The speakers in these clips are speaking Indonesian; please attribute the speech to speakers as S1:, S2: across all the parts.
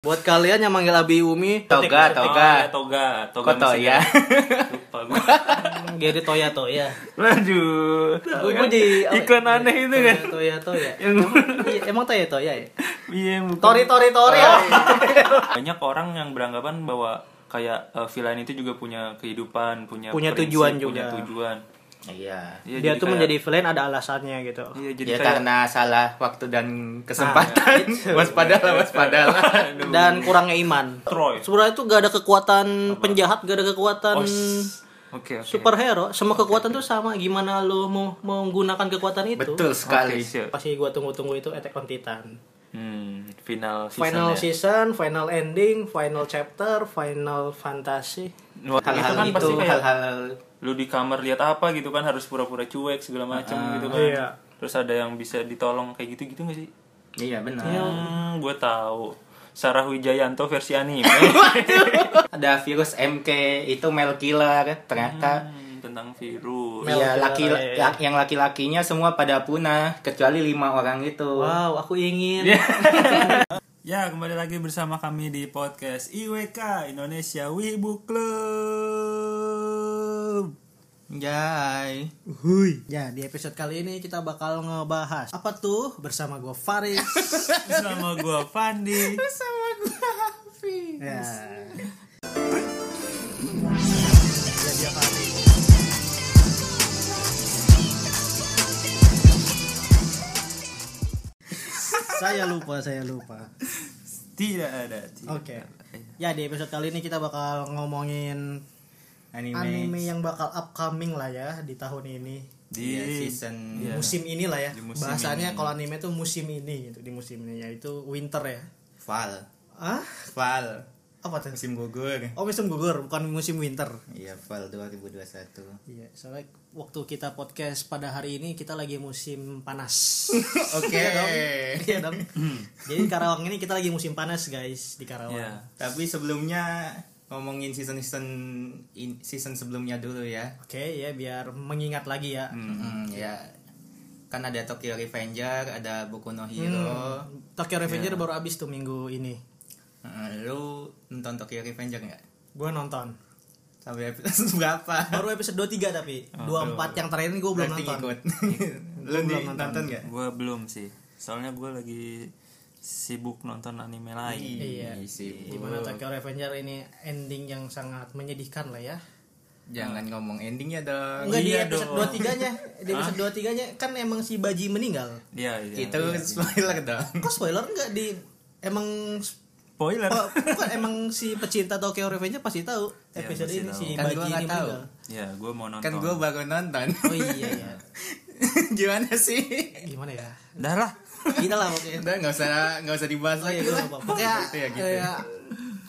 S1: Buat kalian yang manggil Abi Umi,
S2: Toga,
S3: Ketik- Oh,
S2: toga.
S3: iya, toga, toga.
S2: Koto
S3: mesti
S2: ya.
S3: Lupa gua.
S1: Gary iya. Toya Toya.
S2: Aduh.
S1: Gue gue di
S2: iklan aneh itu kan.
S1: Toya Toya.
S2: Yang
S1: Iya, Emang Toya Toya ya?
S2: iya Oh. bukan.
S1: Tori Tori Tori. iya.
S3: Banyak orang yang beranggapan bahwa kayak eh, villain itu juga punya kehidupan, punya
S1: Punya
S3: prinsip,
S1: tujuan
S3: punya
S1: juga.
S3: tujuan.
S2: Iya.
S3: Iya,
S1: Dia
S3: jadi
S1: tuh
S3: kayak-
S1: menjadi villain ada alasannya gitu.
S3: Iya, jadi
S2: Ya
S3: kayak Ah, iya.
S2: karena salah waktu dan kesempatan. waspadalah, waspadalah.
S1: Dan kurangnya iman.
S3: Troy.
S1: Sebenarnya itu gak ada kekuatan penjahat, gak ada kekuatan
S3: Oh, s- Oke, oke.
S1: superhero. Semua kekuatan tuh sama. Gimana lo mau mau menggunakan kekuatan itu?
S2: Betul
S3: Oke,
S2: sekali.
S3: siap.
S1: Pasti gua tunggu-tunggu itu Attack on Titan.
S3: Hmm, final season.
S1: final
S3: ya.
S1: season, final ending, final chapter, final fantasi.
S3: Wah,
S2: Hal-hal
S3: itu kan
S2: itu,
S3: pasti kayak
S2: hal-hal
S3: lu di kamar lihat apa gitu kan harus pura-pura cuek segala
S2: Ah,
S3: macam gitu kan.
S1: Iya.
S3: Terus ada yang bisa ditolong kayak gitu-gitu gak sih?
S2: Iya benar.
S3: Hmm, gue tahu. Sarah Wijayanto versi anime.
S2: Ada virus MK itu male killer ternyata.
S3: Hmm, tentang virus.
S1: Male
S2: Iya, laki
S1: killer, iya, iya.
S2: lak- yang laki-lakinya semua pada punah kecuali lima orang itu.
S1: Wow, aku ingin.
S3: Ya, kembali lagi bersama kami di podcast IWK Indonesia Wibu Club.
S2: Jai.
S1: Hui. Ya, di episode kali ini kita bakal ngebahas apa tuh bersama gue Faris.
S3: Bersama gua Fandi.
S1: ya. saya lupa, saya lupa.
S3: Tidak ada. Tidak.
S1: Oke. Ya, di episode kali ini kita bakal ngomongin
S2: Anime.
S1: anime yang bakal upcoming lah ya di tahun ini.
S3: Di
S2: Iya, season
S3: Iya.
S1: Musim inilah ya.
S2: Di musim
S1: Bahasanya
S2: ini.
S1: kalau anime tuh musim ini gitu, di musim ini yaitu winter ya.
S2: Val.
S1: Ah,
S2: Val.
S1: apa tuh?
S2: Musim gugur.
S1: Oh, musim gugur, bukan musim winter.
S2: Iya, Val 2021.
S1: Iya, soalnya waktu kita podcast pada hari ini kita lagi musim panas.
S2: Oke.
S1: Iya dong. Iya dong. Jadi di Karawang ini kita lagi musim panas, guys, di Karawang.
S3: Iya.
S2: Tapi sebelumnya ngomongin season-season in- season sebelumnya dulu ya.
S1: Oke, ya biar mengingat lagi ya.
S2: Mm-mm, ya. Kan ada Tokyo Revenger, ada Boku no Hero.
S1: Hmm, Tokyo
S2: Iya.
S1: Revenger baru habis tuh minggu ini. Hmm.
S2: Mm, Lu nonton Tokyo Revenger nggak?
S1: Gue nonton.
S2: Sampai episode berapa?
S1: Baru episode 23 tapi 24 yang terakhir ini gue belum
S2: Oh, Berarti
S1: nonton.
S2: ikut. Lu
S1: Gua belum
S2: di-
S1: nonton.
S2: nonton nggak?
S3: Gua belum sih. Soalnya gua lagi sibuk nonton anime lain.
S1: Iya.
S2: sih.
S1: Gimana Tokyo Revenger ini ending yang sangat menyedihkan lah ya.
S2: Jangan ngomong endingnya dong.
S1: Enggak
S3: Iya
S1: di episode
S3: dong.
S1: 23-nya. Di episode 23-nya kan emang si Baji meninggal.
S3: Iya, iya.
S2: Itu spoiler dong.
S1: Kok spoiler enggak di emang
S3: spoiler.
S1: oh, bukan emang si pecinta Tokyo Revenger pasti tahu episode
S3: pasti
S1: ini
S3: tahu.
S1: si
S2: Kan
S1: Baji
S2: gua
S1: ini
S2: nggak tahu.
S1: meninggal.
S3: Ya, gua mau nonton.
S2: Kan gue baru nonton.
S1: Oh iya ya.
S2: Gimana sih?
S1: Gimana ya?
S3: Dah lah.
S1: Kita lah pokoknya.
S2: Udah nggak usah nggak usah dibahas
S1: Oh iya,
S2: lagi.
S1: gua nggak apa-apa. Pokoknya
S2: Gitu ya, gitu.
S1: kayak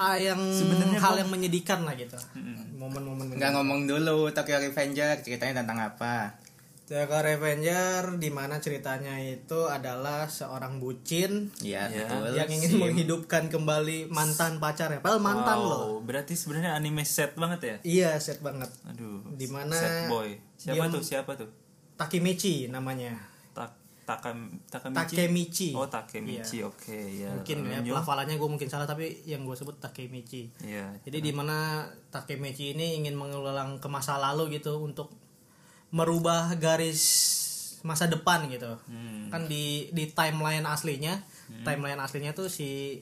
S1: ah, yang hal yang menyedihkan lah gitu. Momen-momen
S2: Nggak ngomong dulu Tokyo Revenger ceritanya tentang apa?
S1: Tokyo Revenger di mana ceritanya itu adalah seorang bucin
S2: Iya
S3: Iya.
S2: betul.
S1: yang ingin
S2: Sim.
S1: menghidupkan kembali mantan pacarnya. Padahal mantan
S3: Wow,
S1: loh.
S3: Berarti sebenarnya anime set banget ya?
S1: Iya, set banget.
S3: Aduh.
S1: Di mana
S3: set boy. Siapa
S1: dia-
S3: tuh? Siapa tuh?
S1: Takemichi namanya.
S3: Tak Takam Takamichi.
S1: Takemichi.
S3: Oh, Takemichi. Oke,
S1: Iya.
S3: ya.
S1: Mungkin ya,
S3: Lanjut.
S1: pelafalannya gue mungkin salah tapi yang gue sebut Takemichi.
S3: Iya.
S1: Jadi di mana Takemichi ini ingin mengulang ke masa lalu gitu untuk merubah garis masa depan gitu.
S3: Hmm.
S1: Kan di di timeline aslinya, timeline aslinya tuh si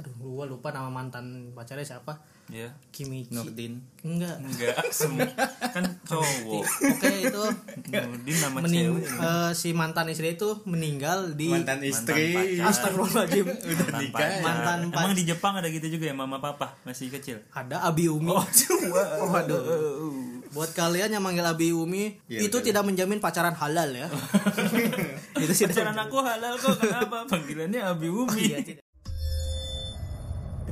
S1: aduh gua lupa nama mantan pacarnya siapa.
S3: Iya.
S1: Kimichi.
S2: Nurdin.
S1: Enggak.
S3: Enggak, semua kan cowok.
S1: Oke itu
S3: Nudin nama
S1: mening
S3: cewek.
S1: eh, si mantan istri itu meninggal di
S2: Mantan istri.
S3: pacar.
S1: Astagfirullahaladzim.
S2: Udah
S3: Mantan
S2: nikah. ya?
S3: pacar.
S1: Mantan
S3: Emang di Jepang ada gitu juga ya, mama papa masih kecil.
S1: Ada Abi Umi.
S2: Oh,
S1: Waduh. Buat kalian yang manggil Abi Umi,
S2: Iya,
S1: itu
S2: betul.
S1: tidak menjamin pacaran halal ya. itu sih
S3: Pacaran aku halal kok kenapa? Panggilannya Abi Umi.
S1: Iya, tidak.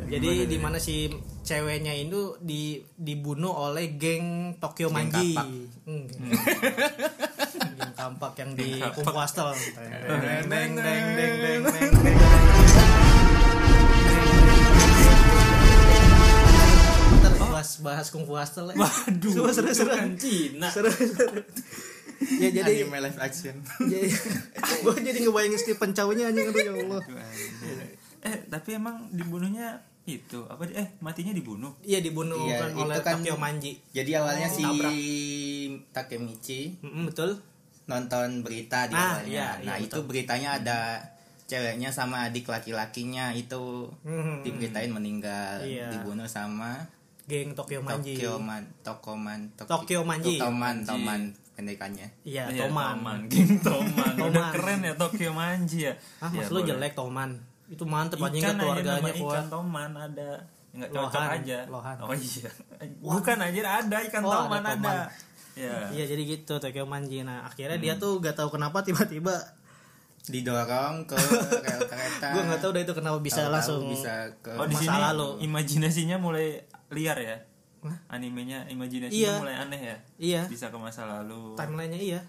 S1: Jadi di mana si ceweknya itu di dibunuh oleh geng Tokyo Manji.
S2: kapak.
S1: Hmm. geng kampak yang di
S3: kapak.
S1: Kungfu Hostel.
S2: Deng, deng, deng, deng, deng, deng.
S1: Ntar bahas bahas Kungfu Hostel. ya.
S3: Waduh.
S1: Seru, seru,
S3: itu
S1: seru.
S3: kan Cina.
S1: Seru, seru. Ya jadi ya.
S2: Anime live action. ya
S1: jadi gue jadi ngebayangin Stephen Chow-nya anjing aduh ya Allah.
S3: eh tapi emang dibunuhnya itu apa di- eh matinya dibunuh
S1: Iya dibunuh
S2: Iya,
S1: kan
S2: itu
S1: oleh
S2: kan-
S1: Takeo Manji.
S2: Jadi awalnya si
S1: Tabrak.
S2: Takemichi
S1: Mm-mm, betul.
S2: nonton berita di
S1: Ah,
S2: awalnya.
S1: iya,
S2: nah,
S1: iya,
S2: itu beritanya ada ceweknya sama adik laki-lakinya itu
S1: Mhm.
S2: diberitain meninggal,
S1: Iya.
S2: dibunuh sama
S1: Geng Tokyo Manji.
S2: Tokyo Man, Tokoman, Tok-
S1: Tokyo Manji.
S2: Toman,
S3: Manji.
S2: Toman pendekannya.
S1: Iya,
S3: Iya,
S1: Toman.
S3: Geng Toman. Udah
S1: Toman.
S3: keren ya Tokyo Manji ya.
S1: Ah,
S3: Ya,
S1: mas lu
S3: boleh.
S1: jelek Toman. Itu mantep anjing kan
S3: Ikan aja
S1: keluarganya
S3: nama
S1: kuat.
S3: ikan toman ada. Enggak cocok
S1: Lohan,
S3: aja.
S1: lohan.
S3: Oh iya. Bukan anjir ada ikan
S1: Oh, ada
S3: toman ada.
S1: toman.
S3: Ya.
S1: Iya, jadi gitu Tokyo Manji. Nah, akhirnya dia tuh gak tahu kenapa tiba-tiba
S2: Didorong ke rel kereta.
S1: gua nggak tahu udah itu kenapa bisa
S2: Tahu-tahu
S1: langsung
S2: bisa ke
S3: Oh di
S1: Masa
S3: sini
S1: lalu.
S3: imajinasinya mulai liar ya.
S1: Hah?
S3: Animenya imajinasinya
S1: Iya.
S3: mulai aneh ya.
S1: Iya,
S3: Bisa ke masa lalu.
S1: timelinenya iya.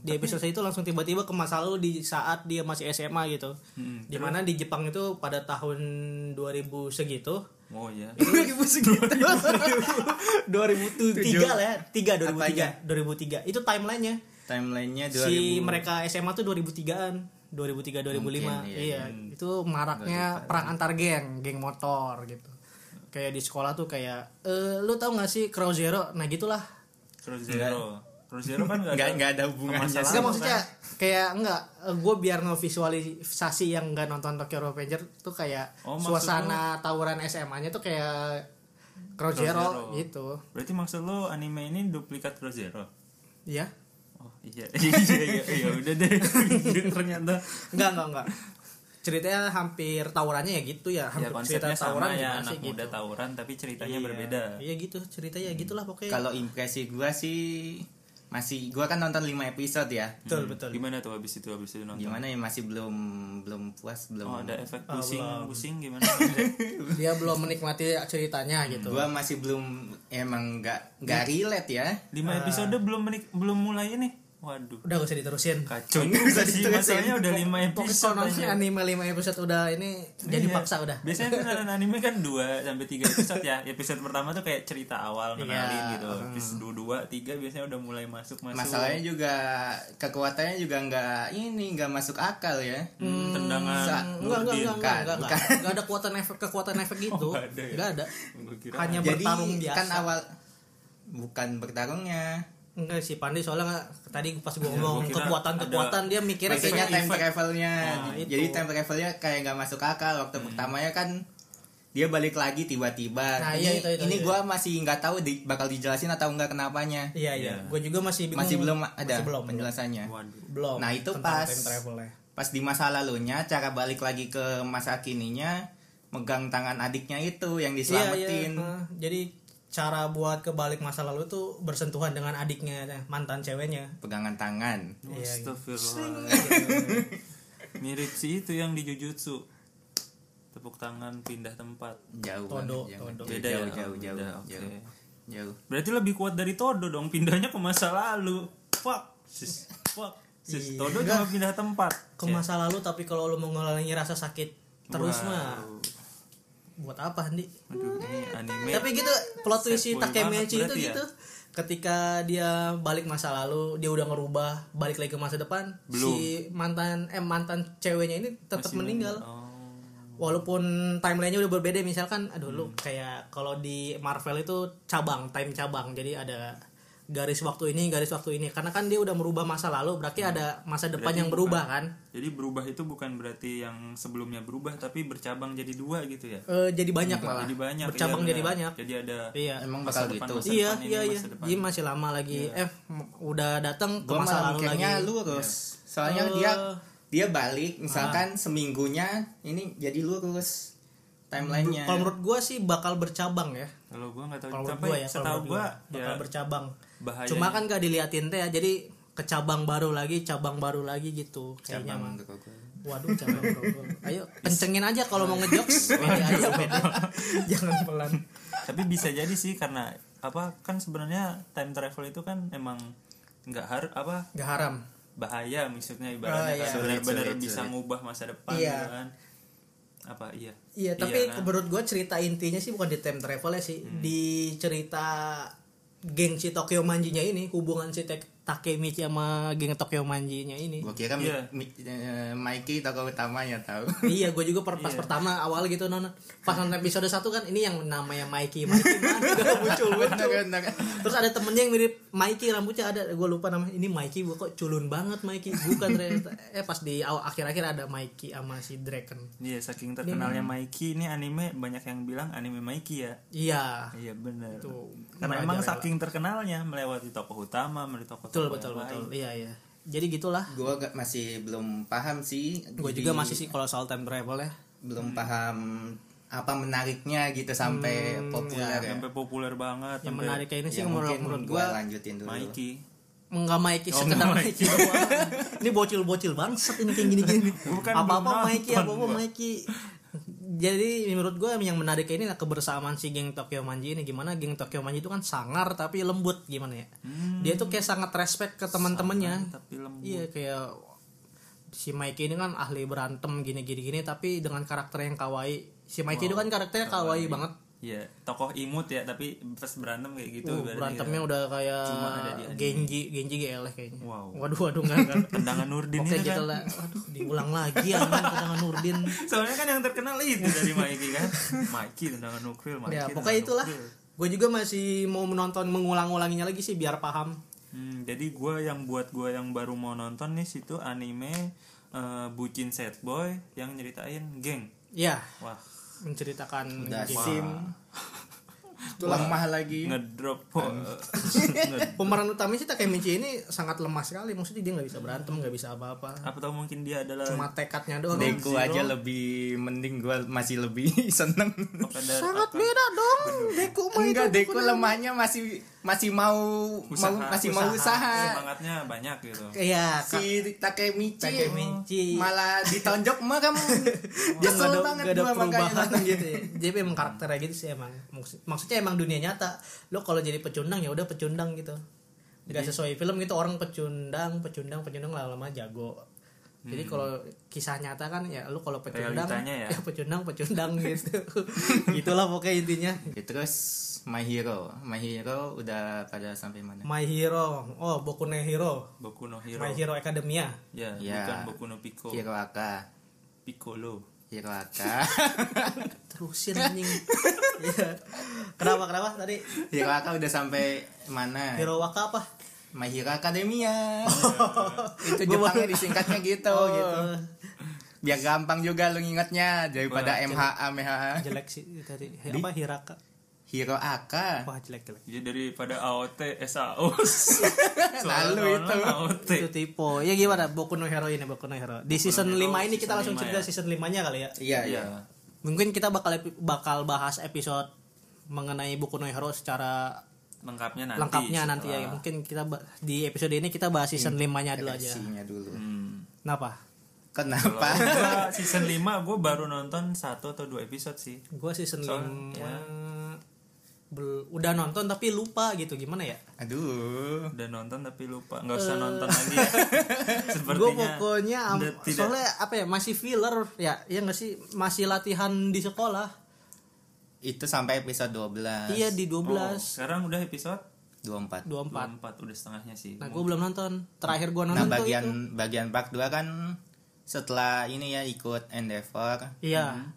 S1: Di episode itu langsung tiba-tiba ke masa lalu di saat dia masih SMA gitu.
S3: Hmm.
S1: Dimana di Jepang itu pada tahun 2000 segitu
S3: Oh iya.
S1: 2000 segitu 2003 lah ya tiga 2003
S2: Apanya?
S1: 2003 itu timelinenya
S2: timelinenya 2000.
S1: si mereka SMA tuh 2003an 2003 2005
S2: Mungkin,
S1: iya,
S2: iya.
S1: itu maraknya perang antar geng geng motor gitu kayak di sekolah tuh kayak eh, lu tau gak sih Crow Zero nah gitulah
S3: Terus zero. Terus zero kan enggak
S2: nggak
S3: ada.
S2: nggak ada hubungannya.
S3: Masalah.
S1: Enggak maksudnya kayak enggak gue biar ngevisualisasi yang enggak nonton Tokyo Revenger tuh kayak
S3: Oh, maksud
S1: suasana tawuran SMA-nya tuh kayak Crow
S3: Crow Zero.
S1: Zero gitu
S3: Berarti maksud lo anime ini duplikat Cross Zero?
S1: Iya.
S3: Oh iya. iya iya iya udah deh. Anjir, Ternyata
S1: Enggak, enggak, enggak. Ceritanya hampir tawurannya ya gitu ya, hampir
S3: ya konsepnya sama
S1: gimana
S3: ya
S1: sih gitu.
S3: anak muda tawuran tapi ceritanya
S1: Iya.
S3: berbeda.
S1: Iya gitu, ceritanya ya gitulah pokoknya.
S2: Hmm. Kalau impresi gua sih masih gua kan nonton 5 episode ya.
S1: betul, betul.
S3: Gimana tuh habis itu habis itu nonton?
S2: Gimana ya masih belum belum puas, belum
S3: Oh ada efek
S1: Ah,
S3: pusing
S1: belum.
S3: pusing gimana?
S1: Dia belum menikmati ceritanya gitu.
S2: Hmm, gua masih belum emang nggak nggak relate ya
S1: Ah.
S3: 5 episode belum menik- belum mulai ini. Waduh.
S1: Udah gak usah diterusin.
S3: Kacau juga sih masalahnya udah 5
S1: Pokoknya
S3: episode.
S1: kalau nonton
S3: aja.
S1: anime 5 episode udah ini jadi
S3: Iya.
S1: paksa udah.
S3: Biasanya kan nonton anime kan 2 sampai 3 episode ya. Episode pertama tuh kayak cerita awal kenalin
S1: Iya.
S3: gitu. Episode 2 3 biasanya udah mulai masuk masuk.
S2: masalahnya juga kekuatannya juga nggak ini nggak masuk akal ya
S3: Hmm, tendangan.
S2: Sa-
S1: Enggak, enggak, enggak, enggak, enggak, enggak.
S2: Bukan. Oh,
S1: Enggak ada kekuatan efek kekuatan efek gitu.
S3: nggak ada ya?
S1: Enggak ada.
S3: Gua kira
S1: Hanya
S2: jadi
S1: bertarung biasa.
S2: kan awal bukan bertarungnya
S1: Enggak sih Pandi soalnya nggak- tadi pas gua
S3: Iya,
S1: ngomong
S3: gua kira
S1: kekuatan-kekuatan dia mikirnya
S2: Iya, maksudnya
S1: kayaknya
S2: time travelnya
S1: Nah, itu. Hmm.
S2: jadi time travelnya kayak nggak masuk akal waktu pertamanya kan dia balik lagi tiba-tiba
S1: Nah,
S2: ini
S1: iya, itu, itu,
S2: ini
S1: iya.
S2: gua masih nggak tahu di- bakal dijelasin atau nggak kenapanya
S1: Iya iya,
S3: Iya.
S1: gue juga masih bingung.
S2: masih belum ada
S1: masih belum
S2: penjelasannya
S3: Waduh.
S1: Belum.
S2: Nah, itu
S1: tentang
S2: pas-
S1: time travelnya.
S2: pas di masa lalunya cara balik lagi ke masa kininya megang tangan adiknya itu yang
S1: Iya iya.
S2: diselamatin
S1: heeh. Jadi cara buat kebalik masa lalu tuh bersentuhan dengan adiknya eh, mantan ceweknya.
S2: pegangan tangan
S3: Oh,
S1: Iya, gitu.
S3: Astagfirullah. Mirip sih itu yang di Jujutsu. Tepuk tangan pindah tempat.
S2: jauh
S1: Todo,
S2: banget,
S1: todo.
S2: jauh,
S3: Beda
S2: jauh,
S3: ya? Oh,
S2: jauh jauh
S3: beda,
S2: jauh,
S3: oke.
S2: jauh.
S3: Berarti lebih kuat dari Todo dong pindahnya ke masa lalu. Fuck. Sis. Fuck. Sis.
S1: Iya.
S3: Todo cuma pindah tempat.
S1: gitu. Ke masa lalu tapi kalau lu mau ngelalui rasa sakit terus
S3: Wow.
S1: mah buat apa Andi?
S3: Aduh, ini anime.
S1: Tapi gitu plot twist si
S3: Sad boy
S1: Takemichi
S3: banget
S1: itu
S3: berarti ya.
S1: gitu. Ketika dia balik masa lalu, dia udah ngerubah, balik lagi ke masa depan,
S3: Belum.
S1: si mantan eh mantan ceweknya ini tetap
S3: Masih
S1: meninggal.
S3: Oh.
S1: walaupun timelinenya udah berbeda misalkan aduh
S3: Hmm.
S1: lu kayak kalau di Marvel itu cabang time cabang jadi ada garis waktu ini garis waktu ini karena kan dia udah merubah masa lalu berarti ada masa depan
S3: Hmm. Berarti
S1: yang berubah kan
S3: Jadi berubah itu bukan berarti yang sebelumnya berubah tapi bercabang jadi dua gitu ya.
S1: Eh, jadi banyak malah
S3: Jadi banyak.
S1: bercabang
S3: iya,
S1: jadi
S3: benar.
S1: banyak
S3: Jadi ada
S1: iya
S2: emang
S3: masa
S2: bakal
S3: depan,
S2: gitu
S3: masa depan
S1: iya
S3: ini,
S1: iya iya
S3: masa depan. Iya.
S1: jadi masih lama lagi eh m- udah datang ke
S2: gua
S1: masa
S2: malah
S1: lalu lagi
S2: mikirnya lurus
S1: Eh.
S2: soalnya
S1: Ah.
S2: dia dia balik misalkan seminggunya ini jadi lurus timelinenya
S1: kalau menurut gua sih bakal bercabang ya
S3: Kalau gua nggak tahu
S1: kalau menurut
S3: tapi
S1: gua ya kalau
S3: setahu
S1: menurut
S3: gua
S1: gua
S3: ya
S1: bakal bercabang
S3: bahaya.
S1: Cuma kan gak diliatin teh ya, jadi ke cabang baru lagi, cabang baru lagi gitu kayaknya mah.
S2: Cabang menurut gua.
S1: Waduh, cabang baru. Ayo kencengin aja kalau mau ngejokes, Iya, pede aja pede. Jangan pelan.
S3: tapi bisa jadi sih karena apa kan sebenarnya time travel itu kan emang nggak har apa
S1: Gak haram.
S3: bahaya maksudnya
S1: Oh,
S3: ibaratnya
S1: iya.
S3: kan
S2: Sulit,
S3: benar-benar
S2: sulit,
S3: bisa
S2: sulit.
S3: ngubah masa depan
S1: Iya.
S3: gitu kan apa iya
S1: Iya, Hmm. tapi
S3: kan?
S1: menurut gue cerita intinya sih bukan di time travel ya sih, di cerita geng si Tokyo Manjinya ini, hubungan si Tek- Takemichi sama geng Tokyo Manji-nya ini.
S2: Gua kira Mi-
S3: Iya.
S2: Mi- eh, Mikey tokoh ya, utamanya tahu.
S1: iya, gue juga per, pas pertama awal gitu non pas nonton episode 1 kan ini yang namanya Mikey Mikey mana udah muncul
S2: Bener
S1: muncul.
S2: kan? bener kan?
S1: Terus ada temennya yang mirip Mikey rambutnya ada gue lupa namanya ini Mikey gue kok culun banget Mikey bukan ternyata eh pas di aw- akhir-akhir ada Mikey sama si Draken
S3: Iya saking terkenalnya Mikey ini anime banyak yang bilang anime Mikey ya.
S1: iya
S3: Iya bener.
S1: Tuh,
S3: Karena emang
S1: merajalela.
S3: saking terkenalnya melewati tokoh utama, melewati tokoh
S1: betul betul betul iya iya jadi gitulah
S2: Gua gak- masih belum paham sih.
S1: gue
S2: Jadi
S1: juga masih sih kalau soal time travel ya
S2: belum paham apa menariknya gitu sampai populer ya.
S3: Sampai populer banget.
S1: yang
S3: sampai
S1: menariknya Hmm, ini sih
S2: Ya,
S1: menurut
S2: mungkin
S1: menurut
S2: gua
S1: gue
S2: lanjutin dulu.
S3: Mikey.
S1: Enggak Mikey,
S3: Oh,
S1: sekedar
S3: enggak
S1: Mikey doang. ini bocil-bocil bangset ini kayak gini-gini.
S3: Bukan,
S1: Apa-apa
S3: belum
S1: Mikey,
S3: nonton
S1: apa-apa
S3: gua.
S1: Mikey. Jadi menurut gue yang menarik ini adalah kebersamaan si geng Tokyo Manji ini gimana geng Tokyo Manji itu kan sangar tapi lembut gimana ya.
S3: Hmm.
S1: Dia tuh kayak sangat respect ke teman-temannya.
S3: Tapi lembut.
S1: Iya kayak si Mikey ini kan ahli berantem gini-gini gini tapi dengan karakter yang kawaii. Si Mikey itu kan karakternya kawaii, banget.
S3: Iya, tokoh imut ya, tapi pas berantem kayak gitu.
S1: Uh,
S3: ibaratnya
S1: berantemnya udah kayak
S3: Cuma ada di anime.
S1: Genji, Genji GL kayaknya.
S3: Wow.
S1: Waduh waduh enggak enggak.
S3: ya. tendangan Nurdin
S1: Oke
S3: itu
S1: gitu
S3: kan.
S1: lah. Waduh, diulang lagi ya dengan Nurdin.
S3: Soalnya kan yang terkenal itu dari Mikey kan. Mikey tendangan nukril, Mikey.
S1: Ya,
S3: tendangan
S1: pokoknya itulah.
S3: nukril.
S1: Gue juga masih mau menonton mengulang-ulanginya lagi sih biar paham.
S3: Hmm, jadi gua yang buat gua yang baru mau nonton nih situ anime eh, bucin set boy yang nyeritain geng.
S1: Ya,
S3: Wah,
S1: menceritakan
S2: Udah
S1: game.
S2: sim. Lemah lagi.
S1: Iya.
S3: ngedrop. po. Nged-
S1: Pemeran utama sih Takemichi ini sangat lemah sekali. Maksudnya dia nggak bisa berantem, nggak bisa apa-apa.
S3: Apa tau mungkin dia adalah
S1: Cuma tekadnya doang.
S2: Oh, Deku aja lebih mending gua masih lebih seneng.
S3: apakah ada-
S1: Sangat
S3: apakah-
S1: beda dong. Deku mah itu.
S2: Enggak, Deku lemahnya masih masih mau,
S3: Usaha,
S2: mau- masih mau usaha.
S3: semangatnya banyak gitu.
S1: Iya, Kak.
S2: Si Takemichi,
S1: Takemichi.
S2: malah ditonjok mah kamu.
S1: dia nggak
S2: Kesel
S1: ada,
S2: banget
S1: nggak ada
S2: gua makanya
S1: perubahan
S2: nonton.
S1: gitu ya. jadi emang karakternya gitu sih emang Maksud- maksudnya emang dunia nyata lo kalau jadi pecundang ya udah pecundang gitu nggak sesuai film gitu orang pecundang pecundang pecundang lama-lama jago jadi kalau kisah nyata kan ya lu kalau pecundang
S3: Realitanya ya.
S1: pecundang pecundang gitu itulah pokoknya intinya
S2: Oke, Ya, terus My Hero, My Hero udah pada sampai mana?
S1: My Hero oh Boku no Hero
S3: Boku no Hero.
S1: My Hero Iya. Academia
S3: Ya,
S2: Ya.
S3: bukan Boku no Pico.
S2: Hiroaka,
S3: Piccolo.
S2: Hiroaka,
S1: terusin anjing Iya. kenapa kenapa tadi
S2: Hiroaka udah sampai mana?
S1: Hero Waka apa
S2: My Hero Academia. Itu
S1: Gua
S2: Jepangnya
S1: baru-
S2: disingkatnya gitu
S1: Oh,
S2: gitu. Biar gampang juga lu ngingetnya daripada
S3: Wah,
S2: MHA MHA.
S1: jelek sih tadi apa Hiraka
S2: Hiroaka.
S1: wah jelek jelek
S3: Jadi Ya, daripada AOT SAO.
S2: Kan Lalu
S3: kan
S2: itu. Iya,
S3: AOT.
S1: itu tipe ya gimana Boku no Hero ini Boku no Hero di season 5 ini kita langsung cerita season 5 nya kali ya
S2: Iya, iya.
S3: Iya.
S1: mungkin kita bakal epi- bakal bahas episode mengenai Boku no Hero secara
S3: Lengkapnya nanti.
S1: lengkapnya nanti ya
S3: setelah- Iya,
S1: mungkin kita ba- di episode ini kita bahas season 5 nya dulu aja
S2: Reaksinya dulu.
S3: Hmm.
S1: kenapa
S2: Kenapa?
S3: Gua season 5 gue baru nonton satu atau dua episode sih
S1: gue season
S3: Soal-
S1: 5
S3: ya.
S1: bel- udah nonton tapi lupa gitu gimana ya
S2: Aduh.
S3: udah nonton tapi lupa nggak usah nonton
S2: Eh.
S3: lagi ya.
S1: gue
S3: sepertinya
S1: pokoknya am-
S3: udah tidak-
S1: soalnya apa ya masih filler ya ya nggak sih masih latihan di sekolah
S2: Itu sampai episode 12.
S1: iya di 12
S3: Oh, sekarang udah episode
S2: 24.
S1: 24
S3: 24 udah setengahnya sih
S1: Nah, gue belum nonton. Terakhir gue
S2: Nah,
S1: nonton tuh itu.
S2: bagian bagian part 2 kan setelah ini ya ikut Endeavor
S1: Iya.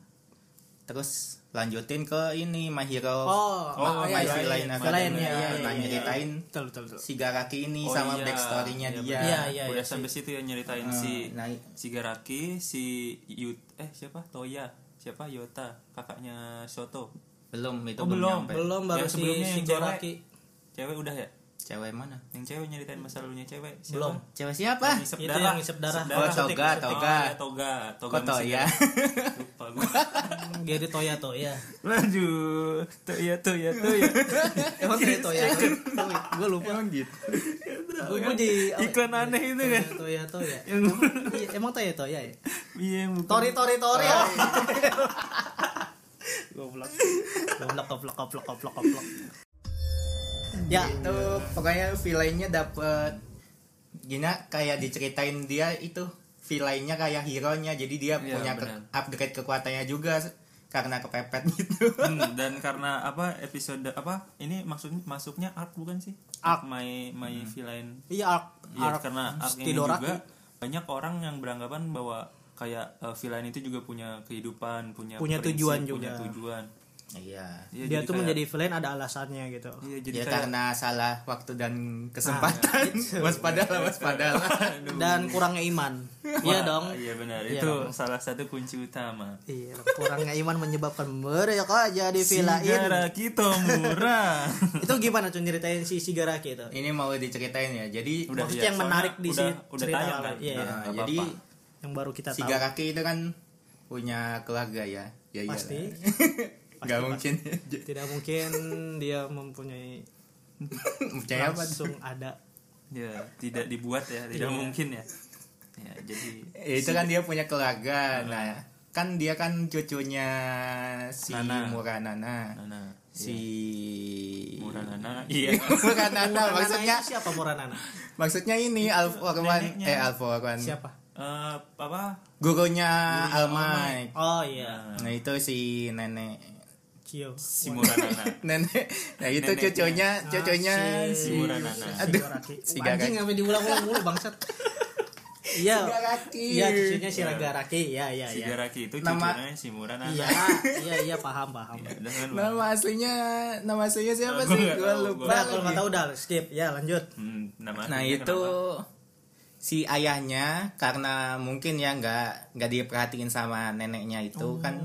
S2: terus lanjutin ke ini My Hero
S1: Oh,
S3: Oh,
S1: ma- iya,
S2: My
S1: iya,
S2: Villain
S1: iya.
S2: Academy.
S1: Villain, iya, iya,
S2: Nah,
S1: iya, iya.
S2: nyeritain
S1: Betul, betul, betul.
S2: si Garaki ini
S3: Oh,
S2: sama
S3: iya.
S2: backstory-nya
S3: Iya,
S2: dia.
S1: Iya, iya,
S3: udah
S1: iya,
S3: sampai situ ya nyeritain
S2: Eh,
S3: si
S2: nah,
S3: si Garaki si Yut eh siapa Toya siapa Yota kakaknya Shoto
S2: belum
S3: Oh,
S2: itu
S3: belum,
S2: belum, nyampe.
S1: Belum baru
S3: Yang
S1: si
S3: sebelumnya
S1: si
S3: yang cewek.
S1: Goraki.
S3: cewek udah ya
S2: Cewek mana?
S3: yang cewek nyeritain masa lalunya cewek siapa?
S1: Belum.
S2: Cewek siapa?
S3: Ngisep
S1: Itu
S3: darah.
S1: yang ngisep darah.
S2: Oh, toga,
S3: Oh,
S2: toga.
S3: iya, toga toga
S2: Kok
S1: iya.
S2: Toya?
S3: lupa gue
S1: Gary Toya tuh, ya.
S3: Waduh, tuh
S1: iya,
S3: ya tuh ya tuh ya.
S1: Emang Gary Toya. Gue lupa.
S2: Emang gitu.
S1: Gue di
S3: Iklan aneh itu kan.
S1: Toya Toya.
S3: Yang
S1: Iya, Emang Toya Toya ya?
S3: iya bukan.
S1: Tori Tori Tori. ya.
S3: Goblok.
S1: Goblok goblok goblok goblok goblok. Ya,
S2: Itu pokoknya villainnya dapet Gina kayak diceritain dia itu villainnya kayak hero-nya jadi dia
S3: Iya,
S2: punya ke-
S3: benar.
S2: upgrade kekuatannya juga karena kepepet gitu
S3: Hmm, dan karena apa episode apa ini maksudnya masuknya arc bukan sih?
S1: Arc.
S3: my my villain.
S1: Iya, arc,
S3: Iya,
S1: arc
S3: karena arc ini
S1: Stidoraki.
S3: juga banyak orang yang beranggapan bahwa kayak eh, villain itu juga punya kehidupan, punya
S1: Punya
S3: prinsip,
S1: tujuan
S3: punya
S1: juga.
S3: tujuan.
S2: iya
S3: Iya,
S1: dia tuh
S3: jadi kayak-
S1: menjadi villain ada alasannya gitu.
S3: Iya, jadi
S2: ya
S3: kayak
S2: karena salah waktu dan kesempatan waspadalah waspadalah
S1: Dan kurangnya iman. Iya dong.
S3: Iya benar.
S1: Iya
S3: itu
S1: dong.
S3: salah satu kunci utama.
S1: Iya, kurangnya iman menyebabkan mereka jadi villain.
S3: Sigara kita murah.
S1: Itu gimana tuh ceritain si Shigaraki itu?
S2: ini mau diceritain ya jadi
S3: Udah,
S1: Maksudnya
S3: iya,
S1: yang
S3: soalnya
S1: menarik di
S3: udah,
S1: si-
S3: udah
S1: cerita
S3: tayang
S1: awal.
S3: kan.
S1: Iya,
S2: nah,
S1: nggak
S2: jadi
S3: jadi
S1: Yang baru kita tahu.
S2: Sigaraki itu kan punya keluarga ya ya iyalah.
S1: Pasti.
S2: nggak mungkin
S1: Tidak mungkin dia mempunyai
S2: percaya apa tuh?
S1: langsung ada
S3: ya tidak dibuat ya,
S1: Iya.
S3: tidak mungkin ya. Ya, jadi
S2: Ya, itu kan dia punya keluarga nah kan dia kan cucunya si
S3: Nana.
S2: Muranana
S3: Nana
S2: si
S3: nah, murah Nana. Iya.
S2: Muranana maksudnya
S1: Muranana itu siapa Muranana?
S2: maksudnya ini Alf Orwan
S3: Neneknya.
S2: eh Alf Orwan
S1: Siapa?
S3: Eh, apa?
S2: gurunya Almai
S1: Oh iya,
S2: nah itu si nenek
S1: Kyo.
S3: Si murah nah.
S1: Iya,
S3: Nana.
S2: nenek nah itu
S3: Neneknya.
S2: cucunya cucunya
S1: Ah, si
S2: si
S3: Muranana.
S1: Aduh,
S2: aduh
S1: si
S2: Shigaraki.
S1: Anjing sampai diulang-ulang mulu bangsat. Iya.
S2: Shigaraki.
S1: Iya, cucunya Shigaraki. Iya, iya,
S3: Si
S1: iya.
S3: Garaki itu
S2: Nama-
S3: cucunya si murah Nana.
S1: Iya, iya, iya paham, paham.
S3: Ya, udah kan, Bang.
S2: nama aslinya nama aslinya siapa
S3: Ah, gua
S2: sih
S3: nggak
S2: gue
S3: tahu,
S2: lupa
S1: Udah, kalau nggak
S2: lagi.
S1: tahu udah skip. Ya, lanjut.
S3: Hmm, nama
S2: nah
S3: aslinya
S2: itu
S3: kenapa?
S2: si ayahnya karena mungkin ya nggak nggak diperhatiin sama neneknya
S3: Oh.
S2: itu kan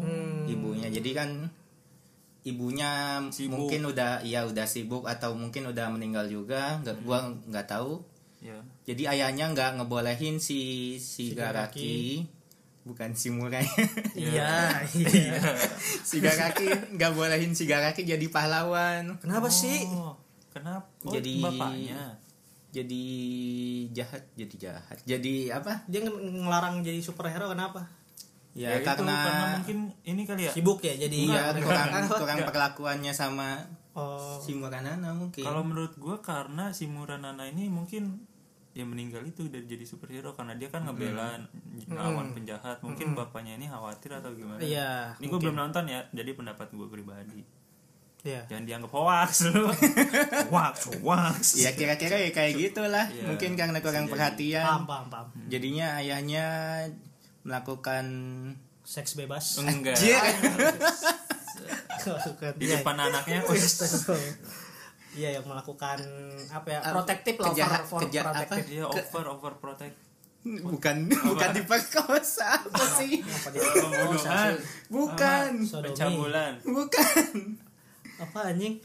S2: ibunya jadi kan ibunya
S3: Hmm.
S2: m-
S3: Sibuk.
S2: mungkin udah ya udah sibuk atau mungkin udah meninggal
S3: Hmm.
S2: juga nggak gua nggak tahu
S3: Ya.
S2: jadi ayahnya nggak ngebolehin si si Garaki bukan si Murai
S1: Iya, iya.
S2: si Garaki nggak bolehin si Garaki jadi pahlawan
S1: Kenapa sih?
S3: Oh, kenapa? Oh,
S2: Jadi-
S3: bapaknya.
S2: jadi jahat jadi jahat jadi apa
S1: Dia ng- ngelarang jadi superhero kenapa?
S2: ya,
S3: itu,
S2: karena,
S3: karena mungkin ini kali ya.
S1: Sibuk ya jadi
S2: Iya, kurang,
S1: Kan-
S2: kurang perlakuannya sama
S1: Oh,
S2: si Muranana mungkin.
S3: Kalau menurut gue karena si Muranana ini mungkin ya meninggal itu udah jadi superhero karena dia kan ngebela lawan penjahat. Mungkin bapaknya ini khawatir atau gimana?
S1: iya.
S3: Ini gue belum nonton ya, jadi pendapat gue pribadi.
S1: Iya.
S3: Jangan dianggap hoax lu. hoax, hoax.
S1: Iya.
S2: ya kira-kira ya kayak gitulah. Mungkin karena kurang
S1: Paham,
S2: perhatian.
S1: paham, paham.
S2: Jadinya ayahnya melakukan
S1: Seks bebas.
S3: Enggak.
S2: Jir.
S1: Melakukan-
S3: Di
S1: Iya,
S3: depan anaknya. wih,
S1: Iya yang melakukan apa ya?
S2: Apa?
S1: Protektif lah
S2: Kejahat-
S1: over,
S2: keja- apa?
S1: protective.
S3: Iya, over over protect.
S2: bukan bukan diperkosa apa sih?
S1: Apa dia?
S3: Pembunuhan,
S2: Bukan.
S1: Oh, Sodomi.
S3: pencabulan.
S2: Bukan.
S1: Apa anjing?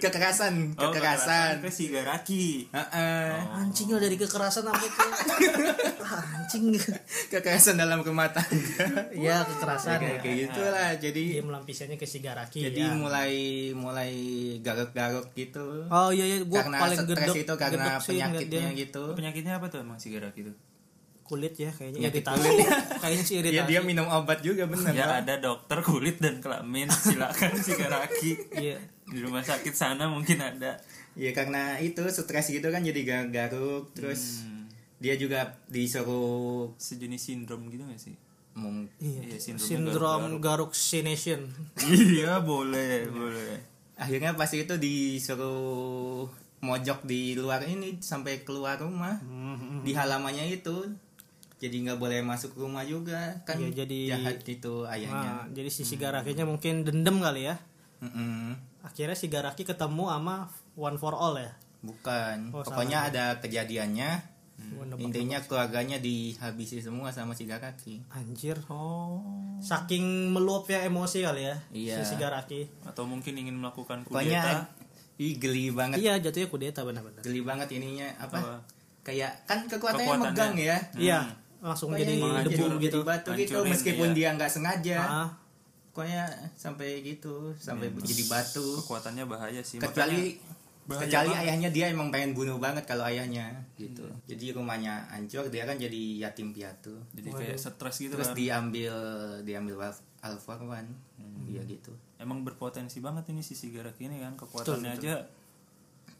S2: Kekerasan,
S3: Oh,
S2: kekerasan.
S3: Ke Sigaraki.
S2: Heeh.
S1: Oh. Anjing lo dari kekerasan sampai ke anjing.
S2: Kekerasan dalam rumah tangga.
S1: Iya, kekerasan.
S2: Kayak
S1: ya.
S2: kayak gitulah. Jadi
S1: Dia melampisannya ke Sigaraki
S2: jadi
S1: ya.
S2: mulai mulai garuk-garuk gitu.
S1: Oh iya iya gua
S2: karena
S1: paling
S2: stres
S1: gedek
S2: itu karena
S1: gedek sih ngeliat
S2: penyakitnya
S1: dia.
S2: gitu
S3: Penyakitnya apa tuh emang Sigaraki itu?
S1: kulit ya kayaknya
S2: Penyakit
S1: iritasi. kayaknya sih iritasi.
S2: ya dia minum obat juga bener
S3: Ya
S2: Pak.
S3: ada dokter kulit dan kelamin. Silakan Sigaraki.
S1: Iya.
S3: Di rumah sakit sana mungkin ada.
S2: ya karena itu stres gitu kan jadi garuk-garuk terus
S3: Hmm,
S2: dia juga disuruh
S3: sejenis sindrom gitu gak sih?
S2: mung-
S1: Iya.
S3: Iya, sindrom
S1: Sindrom garuk sination.
S3: iya, boleh, boleh.
S2: akhirnya pasti itu disuruh mojok di luar ini sampai keluar rumah
S1: Hmm.
S2: di halamannya itu jadi nggak boleh masuk rumah juga kan
S1: Ya, jadi-
S2: jahat itu
S1: Nah,
S2: ayahnya
S1: jadi si Sigarakinya mungkin dendam kali ya.
S2: Mm-mm.
S1: Akhirnya Sigaraki ketemu sama One for All ya.
S2: bukan
S1: Oh,
S2: pokoknya ada kejadiannya
S1: Wonder-
S2: intinya keluarganya dihabisi semua sama si Garaki
S1: Anjir.
S3: Oh.
S1: Saking meluapnya emosi kali ya
S2: Iya.
S1: si Sigaraki.
S3: Atau mungkin ingin melakukan
S2: Pokoknya
S3: kudeta.
S2: ih geli banget,
S1: Iya, jatuhnya kudeta benar-benar.
S2: geli banget ininya apa?
S3: Apa?
S2: Kayak kan kekuatannya,
S3: Kekuatannya.
S2: megang ya.
S1: Iya, langsung
S2: Pokoknya
S1: jadi
S2: iya,
S1: debu
S2: jadi
S1: gitu.
S2: batu gitu ya.
S3: Hancurin,
S2: meskipun
S3: iya.
S2: dia nggak sengaja.
S1: Ah,
S2: Pokoknya sampai gitu, sampai
S3: Iya.
S2: jadi batu.
S3: Kekuatannya bahaya sih.
S2: Kecuali
S3: ya. bahaya
S2: kecuali
S3: banget.
S2: ayahnya dia emang pengen bunuh banget kalau ayahnya gitu. Jadi rumahnya hancur, dia kan jadi yatim piatu.
S3: Makanya jadi kayak stres gitu
S2: Terus
S3: kan.
S2: diambil diambil Alf- Alfarwan,
S3: Hmm.
S2: dia gitu.
S3: Emang berpotensi banget ini si Sigaraki ini kan kekuatannya aja.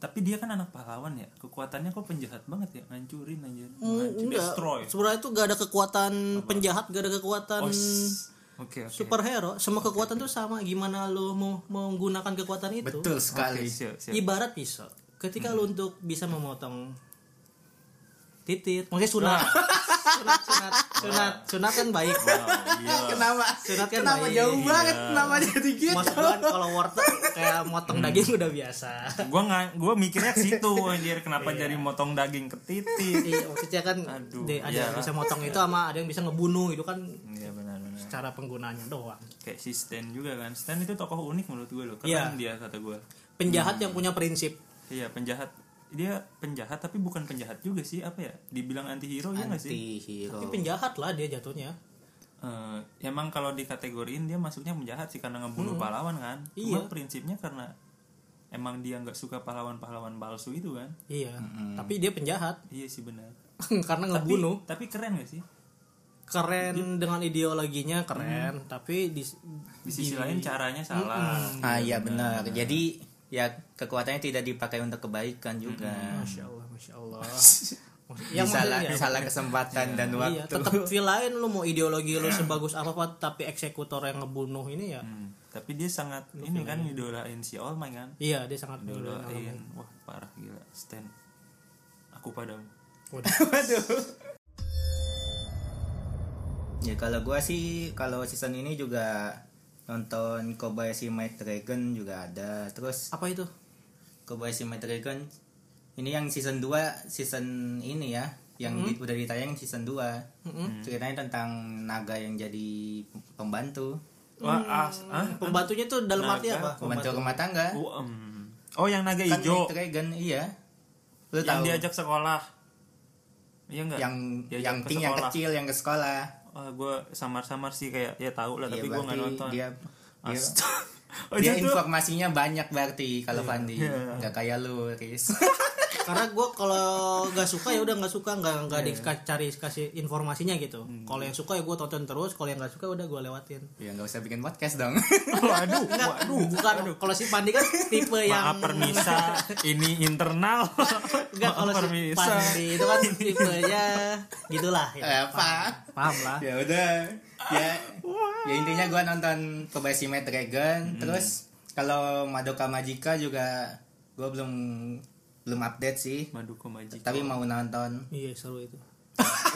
S3: Tapi dia kan anak pahlawan ya. Kekuatannya kok penjahat banget ya, ngancurin aja.
S1: mm,
S3: Hancur,
S1: enggak.
S3: destroy.
S1: Sebenarnya itu gak ada kekuatan penjahat, gak ada kekuatan
S3: Oh, s- Oke, oke.
S1: superhero semua kekuatan tuh sama gimana lo mau menggunakan kekuatan itu
S2: Betul sekali.
S3: Oke, siap, siap.
S1: ibarat pisau ketika lo untuk bisa memotong titit maksudnya sunat sunat sunat sunat sunat kan baik
S3: Wow, gila.
S2: Kenapa?
S1: Sunat kan
S2: Kenapa
S1: baik.
S2: jauh banget? Kenapa jadi gitu?
S1: maksud gua kan kalau wortel kayak motong daging udah biasa
S3: gua nggak gua mikirnya ke situ anjir kenapa jadi motong daging ke titik
S1: Iya, maksudnya kan
S3: Aduh,
S1: de- ada yang
S3: iyalah.
S1: bisa motong itu sama ada yang bisa ngebunuh itu kan
S3: iya benar-benar
S1: cara penggunanya doang
S3: kayak si Stan juga kan Stan itu tokoh unik menurut gue loh
S1: Iya.
S3: keren dia kata gue
S1: penjahat yang punya prinsip
S3: iya penjahat dia penjahat tapi bukan penjahat juga sih apa ya dibilang antihero ya nggak sih
S1: tapi
S2: Antihero.
S1: penjahat lah dia jatuhnya
S3: Eh, emang kalau dikategoriin dia masuknya penjahat sih karena ngebunuh pahlawan kan
S1: Iya.
S3: cuma prinsipnya karena emang dia nggak suka pahlawan-pahlawan palsu itu kan
S1: iya tapi dia penjahat
S3: iya sih benar
S1: karena
S3: tapi,
S1: ngebunuh
S3: tapi keren gak sih
S1: keren dengan ideologinya keren tapi di,
S3: di sisi lain caranya salah
S2: Ah iya benar. Jadi ya kekuatannya tidak dipakai untuk kebaikan juga.
S1: masya allah masya allah
S2: Yang salah,
S1: penting
S2: salah kesempatan
S1: ya?
S2: dan
S1: iya
S2: waktu.
S1: tetap feel lain lu mau ideologi lu sebagus apa apa tapi eksekutor yang ngebunuh ini ya
S3: Hmm, tapi dia sangat ini
S1: gitu.
S3: kan idolain si All Might kan
S1: iya dia sangat iya.
S3: idolain wah parah gila Stan aku padamu
S1: Waduh.
S2: Ya kalau gua sih kalau season ini juga nonton Kobayashi Maid Dragon juga ada. Terus
S1: apa itu
S2: Kobayashi Maid Dragon ini yang season 2 season ini ya yang di- udah ditayang season 2 ceritanya tentang naga yang jadi pembantu
S3: wah as ah
S1: pembantunya tuh dalam
S3: Naga.
S1: arti apa
S2: pembantu rumah tangga
S3: Oh, em. oh yang naga
S2: kan
S3: hijau
S2: Maid Dragon iya lu
S3: yang
S2: tahu
S3: diajak sekolah iya enggak
S2: yang
S3: Diajak
S2: yang
S3: ke
S2: ting yang
S3: sekolah.
S2: kecil yang ke sekolah
S3: gue samar-samar sih kayak ya tahu lah
S2: Iya,
S3: tapi gue nggak
S2: berarti
S3: nonton
S2: dia dia,
S3: Astaga. Oh,
S2: dia
S3: itu- Iya.
S2: informasinya banyak berarti kalau Fandi nggak kayak lu Riz
S1: karena gue kalau nggak suka ya udah nggak suka nggak nggak dicari kasih informasinya gitu kalau yang suka ya gue tonton terus kalau yang nggak suka udah gue lewatin
S2: ya nggak usah bikin podcast dong
S3: waduh
S1: Aduh,
S3: waduh
S1: bukan kalau si Pandi kan tipe
S3: maaf
S1: yang
S3: permisa ini internal
S1: Enggak kalau si
S3: maaf permisa
S1: Pandi itu kan tipenya gitulah ya.
S2: Eh,
S1: paham, paham lah.
S2: ya udah ya ya intinya gua nonton Kobayashi Maid Dragon
S3: Mm-hmm.
S2: terus kalau Madoka Magica juga gua belum belum update sih
S3: Maduko Majiko
S2: tapi mau nonton
S1: Iya seru itu.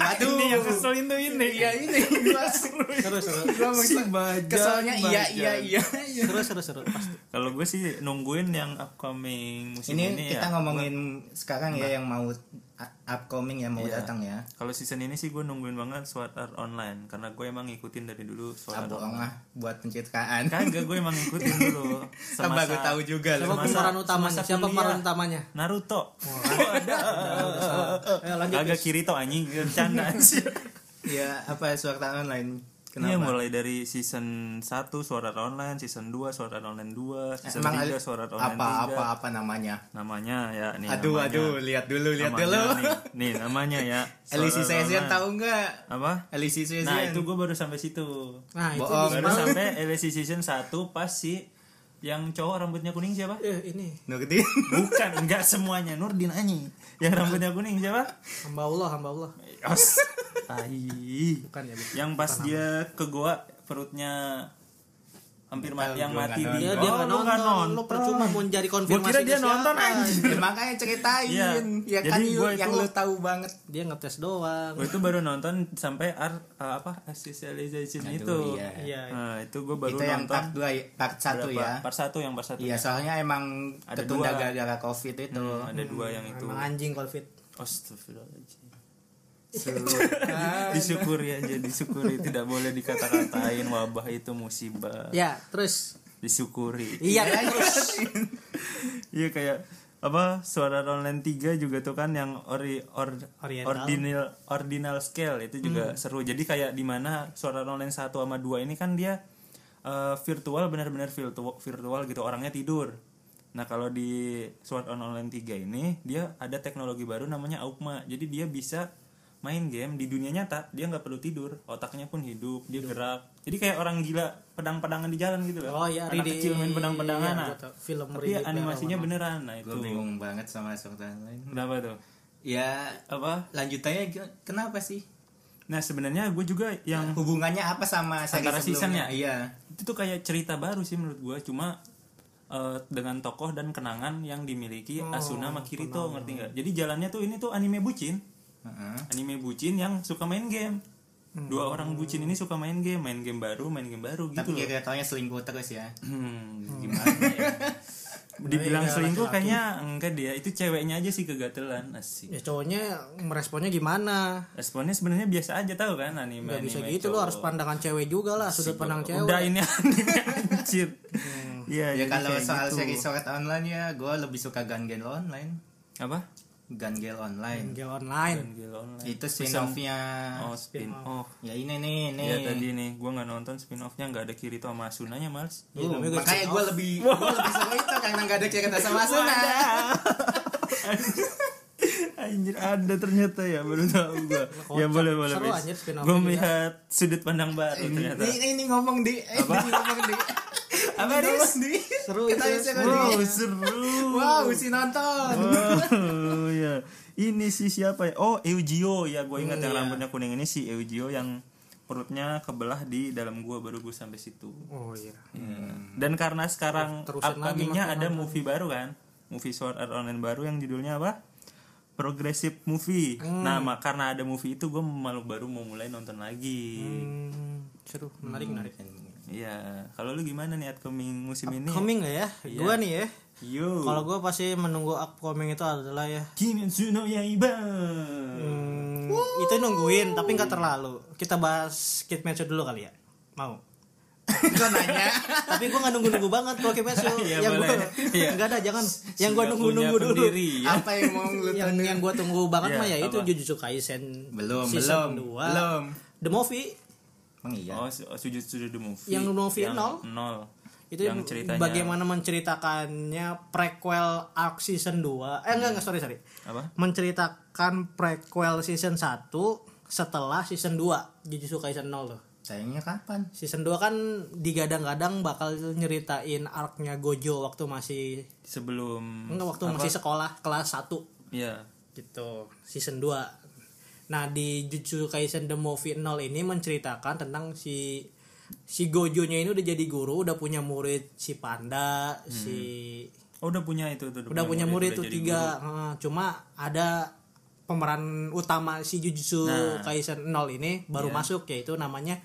S2: waduh
S3: ini yang ngeselin tuh ini
S2: iya ini gua
S1: Seru seru.
S2: gua
S3: Si
S2: maksud-
S3: Bajan,
S2: keselnya iya iya
S3: Bajan.
S2: iya iya.
S1: Seru seru seru pasti.
S3: Kalau gue sih nungguin yang upcoming musim
S2: ini
S3: ini,
S2: kita
S3: ya.
S2: ngomongin sekarang ya yang mau u- upcoming ya mau
S3: Iya.
S2: datang ya
S3: Kalau season ini sih gue nungguin banget Sword Art Online karena gue emang ngikutin dari dulu Sword
S2: ah
S3: Art
S2: bohong
S3: Online.
S2: lah buat pencitraan
S3: Kagak gue emang ngikutin dulu.
S2: Kan baru tahu juga
S1: Siapa
S2: lu
S3: Masa-
S1: pemeran utamanya?
S3: masa
S1: Siapa
S3: kuliah.
S1: pemeran utamanya?
S3: Naruto.
S2: Eh,
S1: Ayo lanjut.
S3: Kagak Kirito anjing bercanda anjir.
S2: ya apa suara online
S3: Iya
S2: kenapa
S3: mulai dari season 1 Sword Art Online, season 2 Sword Art Online 2, season
S2: Emang
S3: 3
S2: ada-
S3: Sword Art Online
S2: apa
S3: 3.
S2: apa apa namanya
S3: Namanya ya nih
S2: aduh
S3: namanya.
S2: aduh lihat dulu lihat
S3: Namanya
S2: dulu
S3: Nih, nih, namanya ya. Sword
S2: Elisi
S3: Art
S2: Sezian
S3: Online.
S2: tahu nggak
S3: apa?
S2: Elisi Sezian
S3: Nah, itu gue baru sampai situ.
S1: Nah, itu
S2: Bohong.
S1: di-
S3: Baru sampai LSC season 1 pas si yang cowok rambutnya kuning siapa?
S1: eh, ini
S2: Nurdin
S3: Bukan, enggak semuanya Nurdin Anyi. Yang rambutnya kuning siapa?
S1: hamba Allah, hamba Allah.
S3: Os. Tai.
S1: Bukan ya, bukan.
S3: Yang pas dia ke goa perutnya hampir mati yang
S2: gua
S3: mati
S2: nggak
S1: Dia kan.
S3: dia.
S1: Iya, dia
S3: Oh,
S1: nggak
S3: lu nggak
S1: nonton, lu percuma mau cari
S3: Gua
S1: konfirmasi.
S3: kira
S1: ke
S3: dia
S1: siapa.
S3: nonton anjing.
S2: Ya, makanya ceritain
S3: Iya.
S2: ya
S3: Jadi
S2: kan lu-
S3: gua
S2: yang
S3: itu-
S2: lu tahu banget
S1: Dia ngetes doang.
S3: Gue itu baru nonton sampai art uh, apa Association itu.
S2: Aduh, iya.
S1: Iya.
S3: Nah, itu gue baru
S2: itu yang
S3: nonton
S2: part 2 part
S3: berapa?
S2: 1 ya
S3: Part 1 yang part 1.
S2: Iya, soalnya emang
S3: Ada dua.
S2: ketunda
S3: Hmm.
S2: gara-gara covid itu.
S3: Ada dua yang itu.
S1: iya. Emang anjing Covid.
S3: Astagfirullahaladzim disyukuri aja disyukuri tidak boleh dikata-katain wabah itu musibah
S1: Ya, terus
S3: disyukuri
S1: iya kan?
S3: iya kayak apa suara online 3 juga tuh kan yang ori or,
S1: Oriental.
S3: ordinal ordinal scale itu juga seru jadi kayak dimana suara online 1 sama 2 ini kan dia eh, virtual benar-benar virtual virtual gitu orangnya tidur nah kalau di suara online 3 ini dia ada teknologi baru namanya augma jadi dia bisa main game di dunia nyata dia nggak perlu tidur otaknya pun hidup dia gerak jadi kayak orang gila pedang-pedangan di jalan gitu
S1: Oh
S3: loh
S1: ya,
S3: anak
S1: Riddick.
S3: kecil main pedang-pedangan
S1: Iya,
S3: nah.
S1: gua tau. film
S3: tapi
S1: Riddick
S3: animasinya beneran nah itu
S2: Gue bingung banget sama Sword Art Online.
S3: kenapa tuh
S2: Ya
S3: apa
S2: lanjutannya gi- kenapa sih?
S3: Nah sebenarnya gue juga yang
S2: Hubungannya apa sama
S3: Ya.
S2: seri
S3: Antara ya?
S2: sebelumnya?
S3: seasonnya.
S2: Iya.
S3: itu tuh kayak cerita baru sih menurut gue cuma eh, dengan tokoh dan kenangan yang dimiliki
S1: Oh,
S3: Asuna sama Kirito ngerti nggak jadi jalannya tuh ini tuh anime bucin
S2: Heeh.
S3: anime bucin yang suka main game dua
S1: Hmm.
S3: orang bucin ini suka main game main game baru main game baru gitu
S2: Tapi
S3: loh
S2: kira-kiranya selingkuh terus ya.
S3: Hmm, gimana ya dibilang
S1: Iya,
S3: selingkuh
S1: laki-laki.
S3: kayaknya enggak dia itu ceweknya aja sih kegatelan asik
S1: ya cowoknya meresponnya gimana
S3: responnya sebenarnya biasa aja tahu kan anime
S1: nggak bisa
S3: anime
S1: gitu lo
S3: cowok.
S1: harus pandangan cewek juga lah sudut pandang cewek Hmm.
S3: udah ini anime anjir Iya,
S2: Ya
S3: jadi
S2: kalau
S3: kayak
S2: soal
S3: gitu.
S2: seri short online ya, gue lebih suka Gangel Online.
S3: apa
S2: Gangel Online.
S1: Pinjol online
S3: Gangil online
S2: Itu spin off-nya.
S3: Hmm. oh spin off
S2: Ya ini nih, nih.
S3: Iya tadi nih gue nggak nonton spin offnya nggak ada Kirito sama Asunanya males
S2: Uh,
S1: namanya gua
S2: makanya gue lebih gua lebih suka itu karena nggak ada cerita sama Asuna.
S3: Anjir ada ternyata ya baru tahu gue
S1: Kocak.
S3: ya boleh boleh
S1: Seru anjir ya. spin off
S3: gue
S1: juga.
S3: melihat sudut pandang
S1: Iya.
S3: baru ternyata
S2: Ini, ini ngomong di, eh, ini ngomong di.
S3: apa
S2: Ini
S3: Riz?
S2: ngomong di.
S1: seru
S2: Kita
S1: itu
S2: bisa
S3: wow
S2: di.
S3: seru
S2: Wow, si nonton.
S3: wow ya ini si siapa ya oh Eugeo ya gue ingat yang
S1: Iya.
S3: rambutnya kuning ini si Eugeo yang perutnya kebelah di dalam gua baru gue sampai situ
S1: oh iya
S3: Dan karena sekarang
S1: Terusin lagi
S3: upcomingnya ada movie baru kan, movie short art online baru yang judulnya apa? Progressive movie.
S1: Hmm.
S3: Nah, ma- karena ada movie itu gue malu baru mau mulai nonton lagi.
S1: Hmm, seru menarik menarik
S2: kan?
S3: Iya, kalau lu gimana nih upcoming musim ini?
S1: coming nggak ya
S3: Iya.
S1: gua nih ya
S3: Yo.
S1: kalau gua pasti menunggu upcoming itu adalah ya
S3: Kimetsu no Yaiba.
S1: Hmm, itu nungguin tapi nggak terlalu kita bahas Kimetsu dulu kali ya mau
S2: Kau nanya.
S1: tapi gue nggak nunggu nunggu banget kalau Kimetsu
S3: Iya,
S1: yang gue
S3: boleh. Iya.
S1: nggak ada jangan yang gue
S3: Sudah
S1: nunggu nunggu
S3: punya
S1: dulu
S3: pendiri, ya.
S2: Apa yang mau lu
S1: yang
S2: tanya?
S1: yang gue tunggu banget
S3: Iya,
S1: mah ya itu
S3: apa?
S1: Jujutsu Kaisen
S2: Belum, belum,
S1: season 2
S2: belum.
S1: The Movie
S2: Emang iya.
S3: Oh, su- oh, Sujutsu the movie.
S1: Ya. Yang movie nol.
S3: nol.
S1: itu
S3: yang ceritanya
S1: bagaimana menceritakannya prequel arc season 2 eh enggak enggak sorry sorry
S3: apa?
S1: menceritakan prequel season 1 setelah season 2 Jujutsu Kaisen 0 tuh
S2: Sayangnya kapan?
S1: Season 2 kan digadang-gadang bakal nyeritain arc-nya Gojo waktu masih
S3: Sebelum
S1: enggak waktu masih sekolah kelas 1
S3: Iya.
S1: gitu. Season 2. Nah, di Jujutsu Kaisen The Movie 0 ini menceritakan tentang si si Gojo-nya ini udah jadi guru, udah punya murid si Panda, si
S3: Oh, udah punya itu tuh.
S1: udah punya murid, tuh
S3: udah jadi
S1: tiga Heeh, cuma ada pemeran utama si Jujutsu
S3: Nah.
S1: Kaisen 0 ini baru
S3: Iya.
S1: masuk yaitu namanya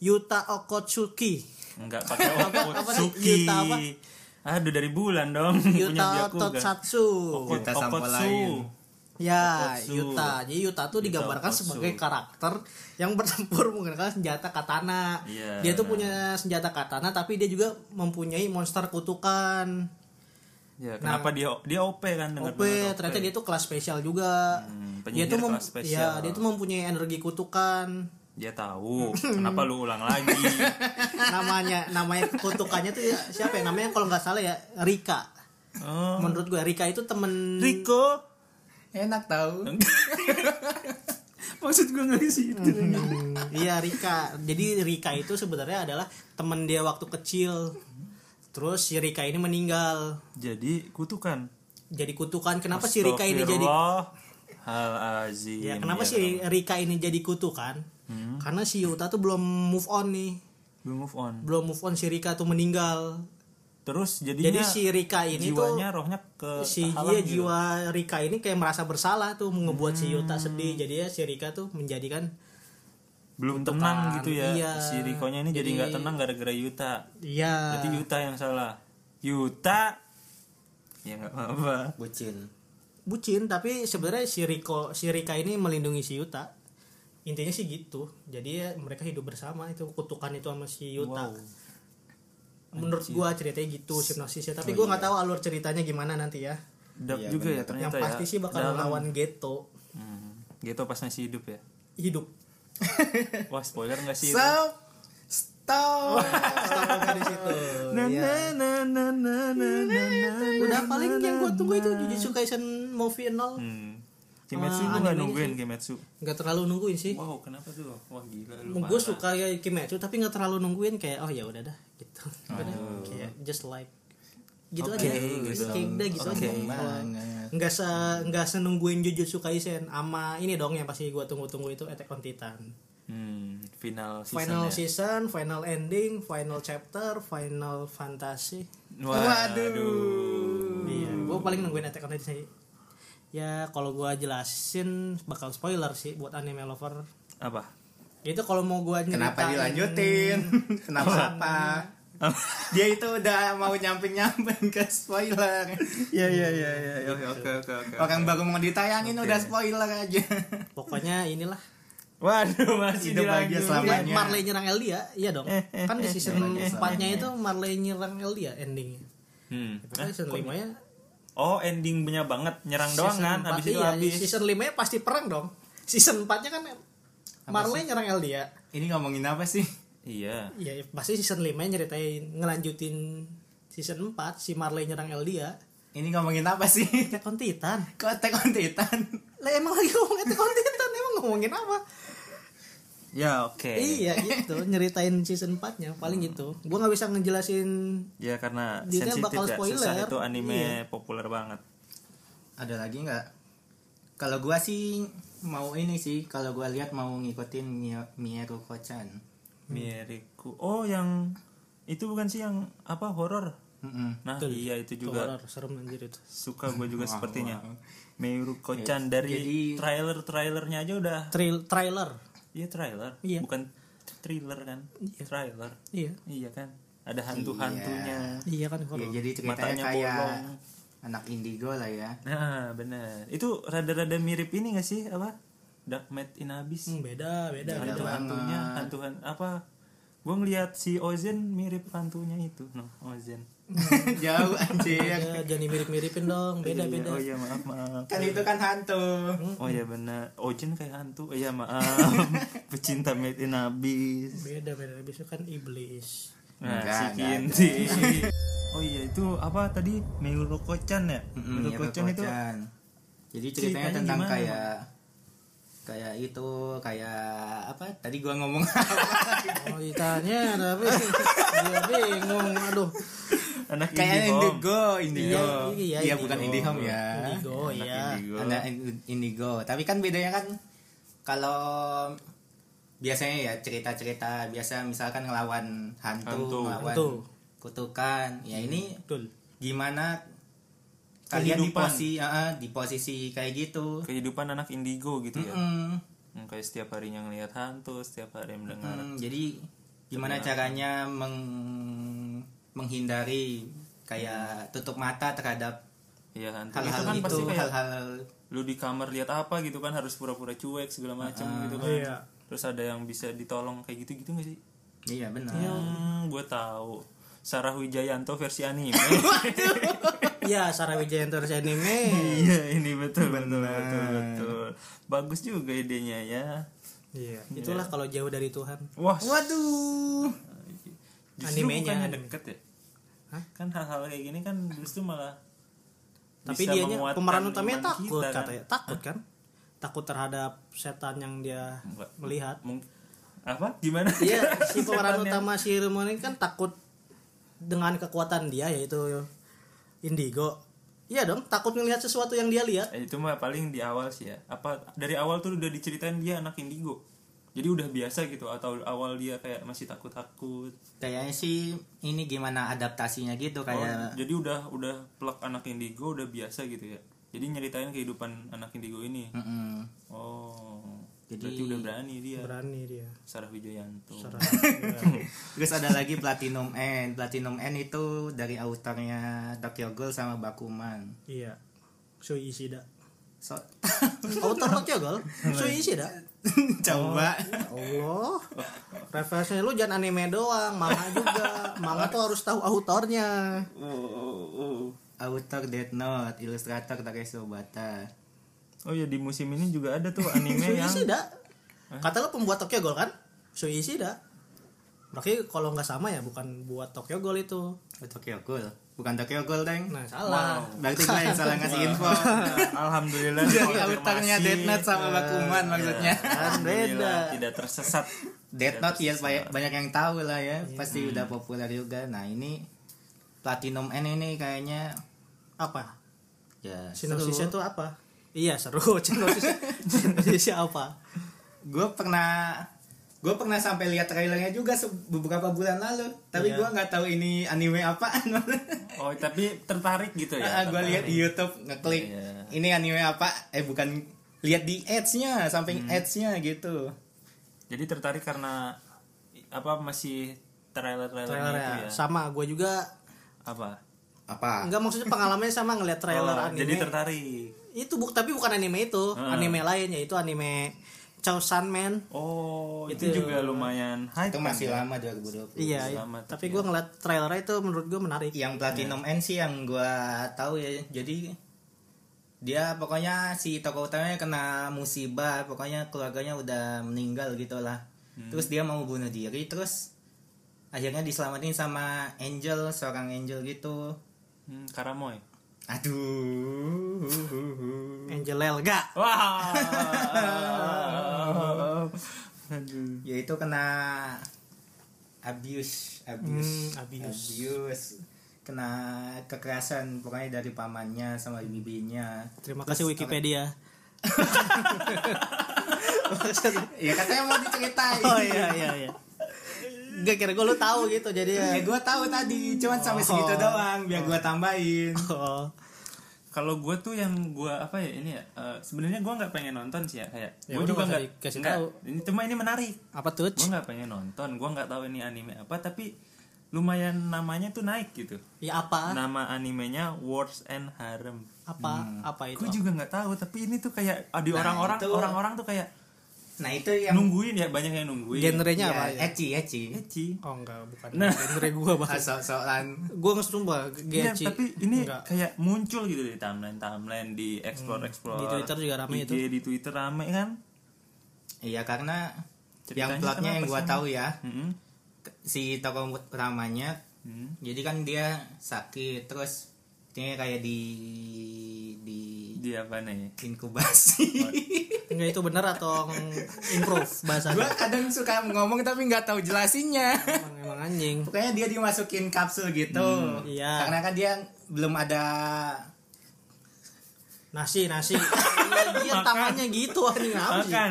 S1: Yuta Okotsuki.
S3: Enggak pakai
S1: apa
S3: Okotsuki.
S1: Yuta apa?
S3: Aduh dari bulan dong punya
S1: Yuta
S3: Byakugan. Oh,
S1: Totsatsu.
S3: Okot-
S2: Yuta sampel
S3: Okotsu.
S2: lain.
S1: Ya,
S3: Okotsu.
S1: Yuta. Jadi Yuta tuh digambarkan
S3: Okotsu.
S1: sebagai karakter yang bertempur menggunakan senjata katana.
S3: Iya.
S1: Dia tuh punya senjata katana tapi dia juga mempunyai monster kutukan.
S3: Ya, kenapa dia dia OP kan dengar
S1: OP, Nah. ternyata dia tuh kelas spesial juga.
S3: Hmm,
S1: dia tuh
S3: penyihir
S1: mem-
S3: kelas spesial.
S1: ya, dia tuh mempunyai energi kutukan.
S3: Dia tahu. kenapa lu ulang lagi?
S1: namanya namanya kutukannya tuh ya, siapa ya? Namanya kalau nggak salah ya Rika.
S3: Oh.
S1: Menurut gue Rika itu temen
S3: Riko.
S2: Enak tau.
S3: Maksud gua enggak di situ.
S2: Hmm.
S1: Iya Rika. Jadi Rika itu sebenarnya adalah teman dia waktu kecil. Terus si Rika ini meninggal.
S3: Jadi kutukan.
S1: Jadi kutukan. Kenapa si Rika ini jadi
S3: hal azim.
S1: Ya, kenapa si Rika ini jadi kutukan? Karena si Yuta tuh belum move on nih.
S3: Belum move on.
S1: Belum move on si Rika tuh meninggal.
S3: Terus jadinya
S1: Jadi si Rika ini
S3: Iya. jiwanya rohnya ke
S1: tuh si
S3: kehalang
S1: dia
S3: gitu.
S1: jiwa Rika ini kayak merasa bersalah tuh ngebuat si Yuta
S3: Hmm.
S1: sedih. Jadi ya si Rika tuh menjadikan
S3: belum
S1: kutukan.
S3: tenang gitu ya.
S1: Iya.
S3: Si Rikonya ini jadi
S1: Jadi-
S3: nggak tenang gara-gara Yuta.
S1: iya
S3: Berarti Yuta yang salah. Yuta ya nggak apa-apa.
S2: Bucin.
S1: bucin tapi sebenarnya si Riko si Rika ini melindungi si Yuta intinya sih gitu jadi ya mereka hidup bersama itu kutukan itu sama si Yuta menurut gua ceritanya gitu sinopsisnya tapi
S3: Oh, iya.
S1: gua nggak tahu alur ceritanya gimana nanti ya
S3: Dark juga ya
S1: yang
S3: ternyata ya.
S1: pasti sih bakal melawan Geto
S3: Hmm. Gitu pas masih hidup ya.
S1: hidup
S3: Wah spoiler nggak sih? itu?
S2: Stop. Stop.
S1: dari situ Iya.
S3: Na, na, na, na, na, na, na, na.
S1: udah
S3: nah,
S1: paling yang gua tunggu itu Jujutsu Kaisen Movie 0
S3: Hmm.
S1: Ah,
S3: Kimetsu lu nggak nungguin Kimetsu.
S1: nggak terlalu nungguin sih
S3: Wow kenapa tuh? Wah gila lu.
S1: gue suka ya Kimetsu tapi nggak terlalu nungguin kayak oh ya udah dah gitu Udah, kayak just like gitu
S3: Oh. Oke,
S1: aja
S2: iya
S3: gitu.
S1: kayak udah gitu
S3: Oke.
S1: aja Kalau nggak se nggak senungguin Jujutsu Kaisen ama ini dong yang pasti gua tunggu-tunggu itu Attack on Titan
S3: Hmm, final season
S1: final
S3: ya.
S1: season final ending final chapter final fantasi
S3: Waduh.
S1: iya gua paling nungguin Attack on Titan sih ya kalau gua jelasin bakal spoiler sih buat anime lover
S3: Apa?
S1: itu kalau mau gua
S2: Kenapa
S1: nyeritain-
S2: dilanjutin? Kenapa apa? Dia itu udah mau nyamping-nyamping ke spoiler.
S3: Iya iya iya iya. Oke oke oke.
S2: Orang baru mau ditayangin
S3: Oke.
S2: udah spoiler aja.
S1: pokoknya inilah
S3: Waduh masih
S2: Hidup
S3: dilanjut.
S2: bahagia
S3: ya.
S2: selama- Namanya-
S1: Marley nyerang Eldia iya dong
S3: Eh, eh,
S1: kan di
S3: eh,
S1: season
S2: eh, eh,
S1: 4 nya itu Marley nyerang Eldia endingnya
S3: Hmm.
S1: Pokoknya season 5 nya
S3: Oh endingnya banget nyerang doang kan habis
S1: iya,
S3: itu habis.
S1: season 5 nya pasti perang dong season 4 nya kan Marley nyerang Eldia
S2: Ini ngomongin apa sih?
S3: Iya.
S1: iya ya, pasti season 5 nya nyeritain ngelanjutin season 4 si Marley nyerang ya? Eldia
S2: Ini ngomongin apa sih?
S1: Attack on Titan
S2: Kok Attack on Titan?
S1: lah emang lagi ngomong Attack on Titan emang ngomongin apa
S3: Ya oke.
S1: iya gitu nyeritain season 4 nya paling gitu gua nggak bisa ngejelasin
S3: Ya karena
S1: Dia kan
S3: sensitif
S1: bakal
S3: ya susah
S1: spoiler.
S3: itu anime
S1: Iya.
S3: populer banget.
S2: Ada lagi nggak? Kalau gua sih mau ini sih, kalau gua lihat mau ngikutin Mie- Mieru Kochan.
S3: Miriku. Oh yang itu bukan sih yang apa horor?
S2: Mm-mm.
S3: Nah
S1: Betul.
S3: iya itu
S1: Itu
S3: juga
S1: horor, serem anjir itu
S3: suka gue juga sepertinya.
S2: wah.
S3: Meiru Kochan dari
S2: Jadi-
S3: trailer trailernya aja udah
S1: Trail, trailer
S3: Iya trailer,
S1: Iya.
S3: bukan thriller kan? Trailer.
S1: iya
S3: Iya kan? Ada hantu-hantunya.
S1: iya kan
S2: Ya,
S1: horor
S2: jadi ceritanya
S3: Matanya
S2: kayak
S3: bolong.
S2: anak indigo lah ya.
S3: Nah, benar. Itu rada-rada mirip ini gak sih apa? Dark Mad in Abyss.
S1: Hmm, beda beda
S3: Ada
S1: beda
S2: banget.
S3: hantunya, hantuhan apa? Gue ngelihat si Ozen mirip hantunya itu. No, Ozen.
S2: Jauh anjir.
S1: Beda, jangan mirip-miripin dong beda
S3: Iya,
S1: beda
S3: Oh iya, maaf, maaf.
S2: kan itu kan hantu.
S3: Oh iya benar. Ozen kayak hantu. Oh, Iya, maaf. Pecinta Mad in Abyss.
S1: beda beda habis itu kan iblis
S3: Nah,
S2: Enggak,
S3: si
S2: enggak,
S3: Kinti. Oh iya, itu apa tadi? Meuro Kocan ya?
S2: Mm,
S3: Meuro
S2: Mieru
S3: Kocan itu
S2: Kochan. Jadi ceritanya,
S3: Ceritanya
S2: tentang
S3: gimana,
S2: kayak kayak itu kayak apa? Tadi gua ngomong apa?
S1: oh ditanya tapi dia bingung aduh
S3: anak
S2: kayak
S3: Indihome.
S2: indigo, indigo.
S1: Iya, iya,
S2: Iya,
S1: Indigo.
S2: bukan indihome ya.
S1: indigo
S3: Anak
S1: ya
S3: Indigo.
S2: Anak in- indigo. Tapi kan bedanya kan kalau biasanya ya cerita-cerita biasa misalkan ngelawan hantu,
S3: Hantu. Iya.
S2: ngelawan
S1: Hantu.
S2: kutukan. Ya ini
S1: betul
S2: gimana kalian di
S3: Kehidupan.
S2: posisi ah, ah, di posisi kayak gitu?
S3: kehidupan anak indigo gitu ya.
S2: Mm.
S3: Hmm, Kayak setiap harinya ngelihat hantu, setiap hari mendengar.
S2: Hmm, jadi gimana caranya meng- menghindari kayak tutup mata terhadap
S1: Hmm.
S3: Iya hantu.
S2: hal-hal
S3: itu
S1: gitu.
S3: kan
S2: itu,
S3: pasti kayak
S2: hal-hal
S3: lu di kamar lihat apa gitu kan harus pura-pura cuek segala macam gitu kan.
S1: iya.
S3: Terus ada yang bisa ditolong kayak gitu-gitu gak sih?
S2: iya
S1: Ah.
S2: benar.
S3: Hmm, gue tahu. Sarah Wijayanto versi anime.
S1: ya Sarawijayanto versi anime
S3: iya, ini betul betul betul betul. Bagus juga idenya ya.
S1: iya itulah kalau jauh dari Tuhan
S3: Wah,
S2: Waduh.
S3: justru
S1: Animenya,
S3: bukannya
S1: anime.
S3: deket ya?
S1: Hah?
S3: Kan hal-hal kayak gini kan justru malah
S1: tapi
S3: bisa
S1: dianya
S3: menguatkan
S1: pemeran utamanya
S3: iman
S1: takut
S3: kita, kan?
S1: katanya takut kan takut terhadap setan yang dia
S3: Enggak.
S1: melihat
S3: Mung- apa gimana
S1: Iya, si pemeran
S3: Setannya.
S1: utama si Rumon ini kan takut dengan kekuatan dia yaitu indigo. Iya dong, takut melihat sesuatu yang dia lihat.
S3: Eh, itu mah paling di awal sih ya apa dari awal tuh udah diceritain dia anak indigo jadi udah biasa gitu atau awal dia kayak masih takut takut
S2: Kayaknya sih ini gimana adaptasinya
S3: Oh,
S2: gitu kayak
S3: jadi udah udah plek anak indigo udah biasa gitu ya jadi nyeritain kehidupan anak indigo ini
S1: Hmm.
S2: Mm-mm.
S3: oh
S2: Jadi-
S3: berarti udah berani dia
S1: Berani dia.
S3: Sarah Wijayanto
S1: Sarah.
S2: Terus ada lagi Platinum N. Platinum N itu dari autornya Tokyo Ghoul sama Bakuman.
S1: iya. Sui Ishida. Iya.
S2: So,
S1: Autor Tokyo Ghoul. ya, Sui Ishida.
S2: coba
S1: Allah. Referensinya lu jangan anime doang, manga juga. Manga tuh harus tahu autornya.
S3: oh, oh, oh.
S2: autor Death Note, ilustrator Takeshi Obata.
S3: Oh ya di musim ini juga ada tuh anime
S1: Sui
S3: yang
S1: Ishida. Kata lu pembuat Tokyo Ghoul kan? Sui Ishida. Berarti kalau nggak sama ya bukan buat Tokyo Ghoul itu.
S2: Oh, Tokyo Ghoul. Bukan Tokyo Ghoul, Deng.
S1: Nah, salah.
S2: Berarti gue yang salah ngasih info.
S3: eh, alhamdulillah
S1: Iya,
S2: Jadi
S3: dikonfirmasi.
S2: autornya Death Note sama Bakuman maksudnya.
S3: Iya.
S1: Kan beda. iya,
S3: Alhamdulillah, tidak tersesat Iya,
S2: iya,
S3: Hmm.
S2: Death Note ya banyak, banyak yang tahu lah ya, pasti udah populer juga. Nah, ini Platinum N ini kayaknya
S1: apa
S2: ya
S1: sinosisnya tuh apa iya seru sinosisnya sinosisnya apa
S2: gue pernah gue pernah sampai lihat trailernya juga se- beberapa bulan lalu tapi
S1: Iya.
S2: gua gue nggak tahu ini anime apaan
S3: Oh, tapi tertarik gitu
S1: Ah,
S3: ya.
S2: gue lihat
S3: tertarik.
S2: di YouTube ngeklik
S3: Iya.
S2: ini anime apa eh bukan lihat di ads-nya samping
S3: Hmm.
S2: ads-nya gitu
S3: Jadi tertarik karena i- apa masih trailer-trailer itu
S1: trailernya
S3: ya.
S1: sama gue juga
S3: Apa?
S2: apa
S1: nggak maksudnya pengalamannya sama ngeliat trailer
S3: Oh,
S1: anime
S3: jadi Ah. tertarik.
S1: itu buk tapi bukan anime itu
S3: Heeh.
S1: anime lain yaitu anime Chao San Man
S3: Oh, itu,
S1: Itu.
S3: juga lumayan hype.
S2: itu masih
S3: kan ya?
S2: lama 2020
S1: iya
S3: Selamat,
S1: tapi
S3: iya.
S1: gue ngeliat trailernya itu menurut gue menarik
S2: yang platinum N sih yang gua tahu ya jadi dia pokoknya si tokoh utamanya kena musibah pokoknya keluarganya udah meninggal gitulah terus dia mau bunuh diri terus akhirnya diselamatin sama angel seorang angel gitu
S3: Hmm, Karamoy.
S2: aduh
S1: Angel Elga
S3: Wah. Aduh.
S2: yaitu Ya kena abuse abuse
S1: Hmm, abuse.
S2: abuse kena kekerasan pokoknya dari pamannya sama bibinya
S1: terima kasih Wikipedia
S2: ya katanya mau diceritain
S1: oh iya iya iya Gak kira gue lu tahu gitu jadi ya
S2: Ya gue tahu tadi, cuman sampai segitu doang biar gue tambahin.
S1: oh
S3: Kalau gue tuh yang gue apa ya ini ya eh, sebenarnya gue nggak pengen nonton sih ya kayak
S1: Ya
S3: gue
S1: udah,
S3: juga
S1: nggak usah
S3: nggak
S1: dikasih
S3: nggak.
S1: tahu.
S3: ini cuma ini menarik
S1: apa tuh
S3: gue nggak pengen nonton gue nggak tahu ini anime apa tapi lumayan namanya tuh naik gitu
S1: ya apa
S3: nama animenya Words and Harem
S1: apa apa itu
S3: gue Hmm. juga nggak tahu tapi ini tuh kayak ah, di
S2: Nah,
S3: orang-orang
S2: itu-
S3: orang-orang tuh kayak
S2: Nah itu yang
S3: nungguin ya banyak yang nungguin
S1: genrenya
S2: ya,
S1: apa ya?
S2: ecchi ecchi.
S3: Eci.
S1: oh enggak bukan
S3: Nah.
S1: genre gue
S2: Ah,
S1: bahas
S2: so- soalan
S1: gue ngesumpah
S3: Iya,
S1: gaci
S3: tapi ini
S1: Enggak. Hmm.
S3: kayak muncul gitu di timeline timeline di explore
S1: Di
S3: explore
S1: Twitter juga rame
S3: IG,
S1: itu.
S3: di Twitter rame kan
S2: Iya karena yang
S3: Ceritanya
S2: plotnya yang
S3: kenapa
S2: gue
S3: sih?
S2: tahu ya
S3: Mm-mm.
S2: ke- si tokoh utamanya
S3: Hmm.
S2: jadi kan dia sakit terus dia kayak di di
S3: di apa nih
S2: inkubasi.
S3: Oh.
S1: enggak itu bener atau improve
S2: gue
S1: bahasanya
S2: kadang suka ngomong tapi nggak tahu jelasinnya.
S1: emang, emang anjing
S2: Pokoknya dia dimasukin kapsul gitu.
S1: iya.
S2: Karena kan dia belum ada
S1: nasi nasi Iya, dia tangannya gitu anjing apa sih
S3: makan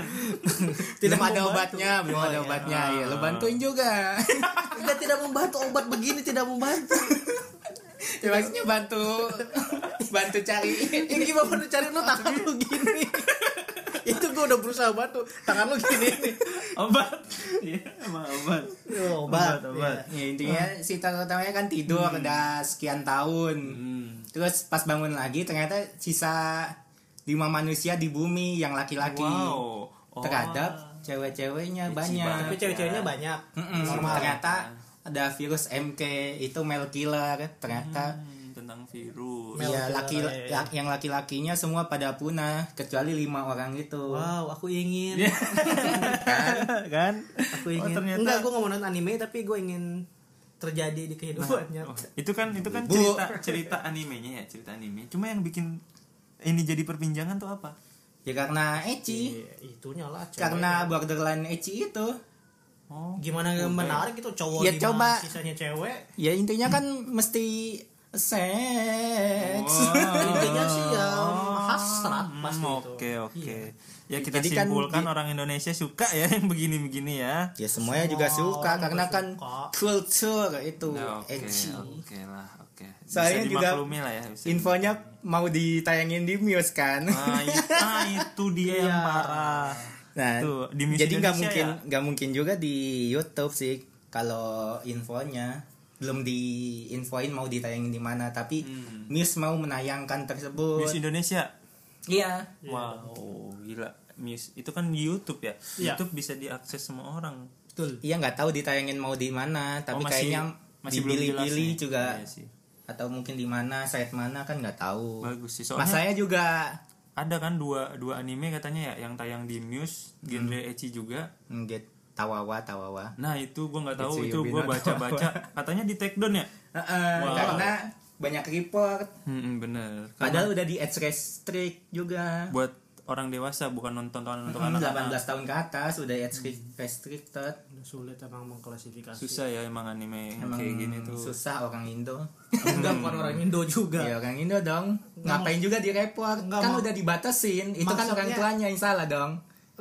S2: belum
S1: Tidak
S2: ada
S1: membantu. Oh, iya. Ah.
S2: obatnya, belum ada obatnya. Ya, lo bantuin juga.
S1: dia tidak membantu obat begini tidak membantu
S2: ya, maksudnya bantu bantu cari.
S1: ini gimana lu cari lu tangan lu gini itu gua udah berusaha bantu tangan lu gini nih
S3: obat iya emang obat
S1: Yo, obat,
S3: Iya,
S1: iya.
S3: obat,
S2: ya intinya
S1: Ah.
S2: si tokoh utamanya kan tidur
S1: Hmm.
S2: udah sekian tahun.
S3: Hmm.
S2: Terus pas bangun lagi ternyata sisa lima manusia di bumi yang laki-laki
S3: wow Oh.
S2: terhadap cewek-ceweknya
S3: Licin
S1: tapi
S2: banyak.
S3: banget.
S1: cewek-ceweknya banyak
S2: Mm-mm, ternyata ada virus MK itu male killer ternyata
S3: Hmm, tentang virus
S1: Male
S2: Iya,
S1: killer,
S2: laki
S1: iya, iya.
S2: lak- yang laki-lakinya semua pada punah kecuali lima orang itu.
S1: wow aku ingin
S2: Iya,
S3: kan
S1: aku ingin
S3: Iya. Oh, ternyata-
S1: enggak gua nggak mau nonton anime tapi gua ingin terjadi di kehidupan
S3: Oh,
S1: nyata
S3: itu kan itu kan
S2: Bu.
S3: cerita cerita animenya ya cerita anime cuma yang bikin ini jadi perbincangan tuh apa
S2: Ya karena ecchi,
S1: Iya, itunya lah cewek.
S2: karena borderline ecchi itu.
S3: oh
S2: Gitu.
S1: gimana menarik itu cowok
S2: Ya,
S1: gimana
S2: coba.
S1: sisanya cewek
S2: Ya intinya kan
S1: Hmm.
S2: mesti seks.
S1: intinya sih ya hasrat
S3: Oh. Hmm,
S1: pasti itu Iya.
S3: Oke oke. Ya kita
S2: Jadi kan
S3: simpulkan
S2: di-
S3: orang Indonesia suka ya yang begini-begini ya.
S2: Ya semuanya juga
S1: Semua
S2: suka
S1: orang
S2: karena
S1: juga
S2: kan
S1: suka.
S2: kultur itu
S3: Nah, Oke
S2: ecchi.
S3: oke lah oke. Bisa
S2: Soalnya juga
S3: dimaklumi lah ya. bisa
S2: Infonya mau ditayangin di Muse kan.
S3: dimaklumi. Ah, i- ah, itu dia
S2: Iya.
S3: yang parah.
S2: Nah,
S3: Tuh, di Miss
S2: jadi nggak
S3: Indonesia
S2: mungkin
S3: ya?
S2: nggak mungkin juga di YouTube sih kalau infonya belum diinfoin mau ditayangin di mana tapi
S3: Hmm.
S2: Miss mau menayangkan
S3: Miss
S2: tersebut.
S3: Indonesia.
S2: Iya.
S3: Wow gila. Miss itu kan di YouTube ya.
S1: Iya.
S3: YouTube bisa diakses semua orang.
S1: betul
S2: Iya nggak tahu ditayangin mau di mana tapi
S3: Oh,
S2: kayaknya
S3: masih belum jelas
S2: dipilih-pilih
S3: nih.
S2: juga
S3: Iya sih.
S2: atau mungkin di mana site mana kan nggak tahu.
S3: Bagus sih. Soalnya
S2: Masanya juga
S3: ada kan dua dua anime katanya ya yang tayang di Muse genre
S2: Hmm.
S3: ecchi juga.
S2: nggak tawawa tawawa.
S3: Nah itu gue nggak tahu
S2: It's
S3: itu
S2: Yubin
S3: gue
S2: atau
S3: baca-baca katanya di take down ya.
S2: Heeh,
S3: Wow.
S2: Karena banyak report
S3: Hmm, bener. Karena
S2: padahal udah di ads restrict juga.
S3: buat orang dewasa bukan nonton tontonan untuk
S2: Hmm,
S3: anak-anak
S2: 18 tahun ke atas udah age restricted
S1: sulit emang mengklasifikasi
S3: susah ya emang anime yang
S2: emang
S3: kayak gini tuh
S2: susah orang Indo
S1: enggak bukan orang Indo juga
S3: Iya.
S2: ya orang Indo dong ngapain juga di report
S1: Nggak
S2: kan
S1: mau-
S2: udah dibatasin itu kan
S1: Maksudnya-
S2: orang tuanya yang salah dong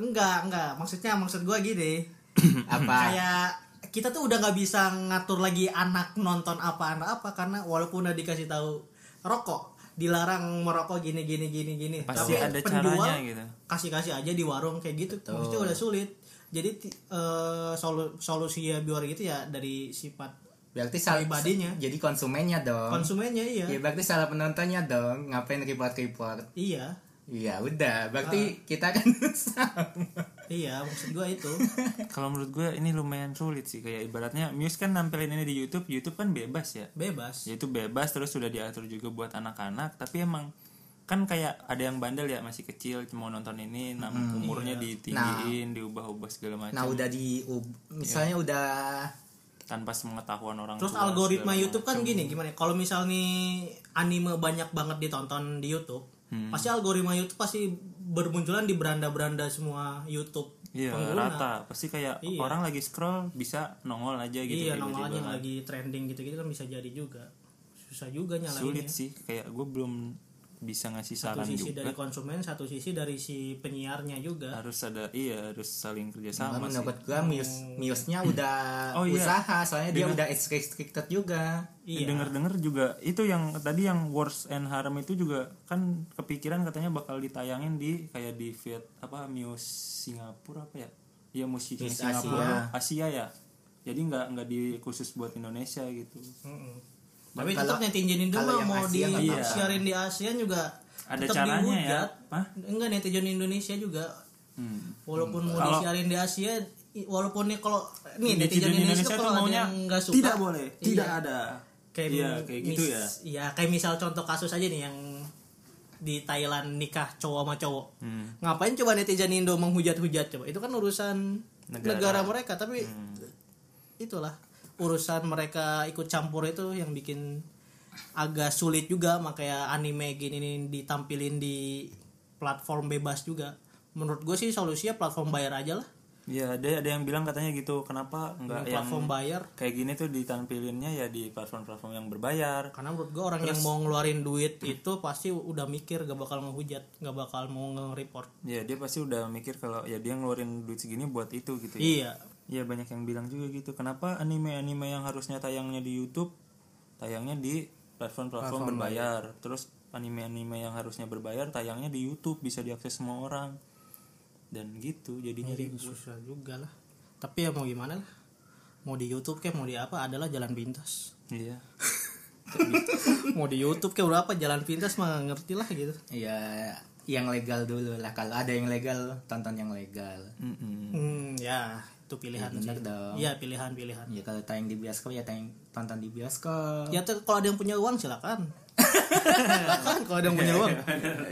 S1: enggak enggak maksudnya maksud gue gini
S2: apa
S1: kayak kita tuh udah nggak bisa ngatur lagi anak nonton apa anak apa karena walaupun udah dikasih tahu rokok dilarang merokok gini gini gini gini Tapi
S3: pasti ada
S1: penjual
S3: caranya gitu
S1: kasih kasih aja di warung kayak gitu maksudnya udah sulit jadi ti- eh, solu- solusi ya biar gitu ya dari sifat
S2: berarti salah
S1: pribadinya.
S2: jadi konsumennya
S3: Oh.
S2: dong
S1: konsumennya iya
S2: ya berarti salah penontonnya dong ngapain report report
S1: iya
S2: Iya udah, berarti kita kan sama.
S1: iya maksud gua itu
S3: kalau menurut gue ini lumayan sulit sih kayak ibaratnya Muse kan nampilin ini di YouTube YouTube kan bebas ya
S1: bebas
S3: itu bebas terus sudah diatur juga buat anak-anak tapi emang kan kayak ada yang bandel ya masih kecil cuma nonton ini nah,
S1: Hmm, iya.
S3: umurnya ditinggiin diubah-ubah segala macam
S2: Nah udah di, misalnya udah
S3: tanpa pengetahuan orang
S1: terus
S3: tua,
S1: algoritma
S3: segala
S1: YouTube kan gini gimana ya, kalau misal nih anime banyak banget ditonton di YouTube
S3: Hmm.
S1: pasti algoritma YouTube pasti bermunculan di beranda-beranda semua YouTube
S3: Iya
S1: pengguna
S3: rata pasti kayak
S1: Iya.
S3: orang lagi scroll bisa nongol aja gitu
S1: iya
S3: tiba-tiba
S1: nongol aja yang
S3: kan.
S1: lagi trending gitu-gitu kan bisa jadi juga susah juga nyalainnya
S3: sulit sih kayak gue belum bisa ngasih
S1: ya. satu
S3: saran
S1: sisi
S3: juga
S1: dari konsumen satu sisi dari si penyiarnya juga
S3: harus ada iya harus saling kerjasama sih
S2: menurut gua Muse, Muse-nya udah
S3: Oh, iya.
S2: usaha, soalnya dia
S3: Dengan-
S2: udah age restricted juga.
S1: iya
S3: Dengar-dengar juga itu yang tadi yang Wars and Harem itu juga kan kepikiran katanya bakal ditayangin di kayak di Viet apa Muse Singapura apa ya? Iya Muse
S2: Muse
S3: Singapura Asia. ya. Jadi nggak nggak di khusus buat Indonesia gitu.
S1: Mm-mm. tapi tetap
S2: Kalau-
S1: netizenin dulu
S2: kalau yang
S1: mau di
S2: Asia nggak
S3: apa-apa.
S1: siarin di ASEAN juga
S3: Ada
S1: tetap
S3: caranya ya.
S1: dihujat.
S3: Hah?
S1: enggak netizen Indonesia juga
S3: Hmm.
S1: walaupun mau
S3: Kalau-
S1: disiarin di Asia i- walaupun nih kalau nih netizen,
S3: Netizen
S1: Indonesia,
S3: tuh
S1: kalau ada yang nggak suka
S3: tidak boleh,
S1: iya.
S3: tidak ada.
S1: kayak
S3: Iya,
S1: mis-
S3: kayak gitu ya.
S1: iya, kayak misal contoh kasus aja nih yang di Thailand nikah cowok sama cowok
S3: Hmm.
S1: ngapain coba netizen Indo menghujat-hujat coba itu kan urusan negara,
S3: Negara. Hmm.
S1: mereka tapi itulah urusan mereka ikut campur itu yang bikin agak sulit juga makanya anime gini nih ditampilin di platform bebas juga menurut gue sih solusinya platform bayar aja lah
S3: Ya ada ada yang bilang katanya gitu kenapa nggak yang
S1: platform bayar
S3: kayak gini tuh ditampilinnya ya di platform-platform yang berbayar.
S1: karena menurut gue orang yang mau ngeluarin duit itu pasti udah mikir gak bakal ngehujat gak bakal mau nge-report
S3: Ya dia pasti udah mikir kalau ya dia ngeluarin duit segini buat itu gitu. ya.
S1: iya
S3: Iya banyak yang bilang juga gitu. Kenapa anime-anime yang harusnya tayangnya di YouTube tayangnya di platform-platform berbayar. Terus anime-anime yang harusnya berbayar tayangnya di YouTube bisa diakses semua orang. Dan gitu jadinya ribut.
S1: susah juga lah Iya. tapi ya mau gimana lah mau di YouTube kayak mau di apa adalah jalan pintas
S3: Iya.
S1: mau di YouTube kayak berapa jalan pintas mah ngerti lah gitu
S2: Ya yang legal dulu lah. Kalau ada yang legal, tonton yang legal.
S3: Mm-mm.
S1: hmm ya itu pilihan
S2: Bener dong.
S1: iya pilihan pilihan
S2: Ya kalau tayang di bioskop ya tayang tonton di bioskop.
S1: ya ter- kalau ada yang punya uang silakan kan kalau ada yang punya uang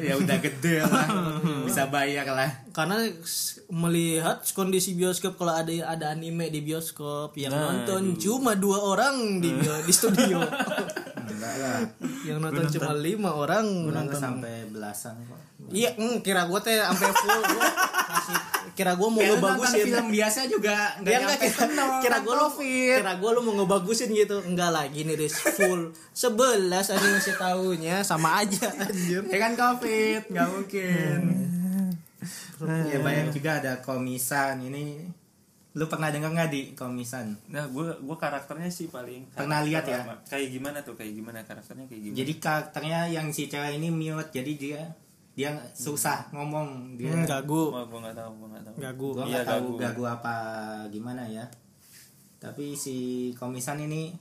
S2: ya udah gede lah, bisa bayar lah.
S1: karena s- melihat kondisi bioskop kalau ada ada anime di bioskop yang
S2: Nah,
S1: nonton cuma dua orang di bio- di studio
S2: Enggak lah,
S1: yang nonton cuma lima orang Nah,
S2: nonton sampai belasan kok.
S1: iya mm, kira gue teh sampai full gua masih kira gue mau
S2: Ya, lu nonton
S1: ngebagusin
S2: film biasa juga nggak
S1: Ya enggak
S2: nyampe
S1: kira, kira gue lu kira gua lu mau ngebagusin gitu. Enggak lah gini Riz full 11 aja masih tahunya sama aja anjir.
S2: Ya kan covid, nggak mungkin. ya banyak juga ada komisan ini. Lu pernah dengar nggak di komisan?
S3: Nah, gua gua karakternya sih paling
S2: Pernah lihat ya?
S3: Kayak gimana tuh? Kayak gimana karakternya kayak gimana?
S2: Jadi karakternya yang si cewek ini mute, jadi dia dia susah ngomong dia.
S1: Gagu,
S3: Gua gua nggak tahu, gua nggak tahu.
S1: gagu.
S2: Gua
S3: Iya,
S2: nggak tahu
S3: gagu.
S2: gagu apa gimana ya. Tapi si komisan ini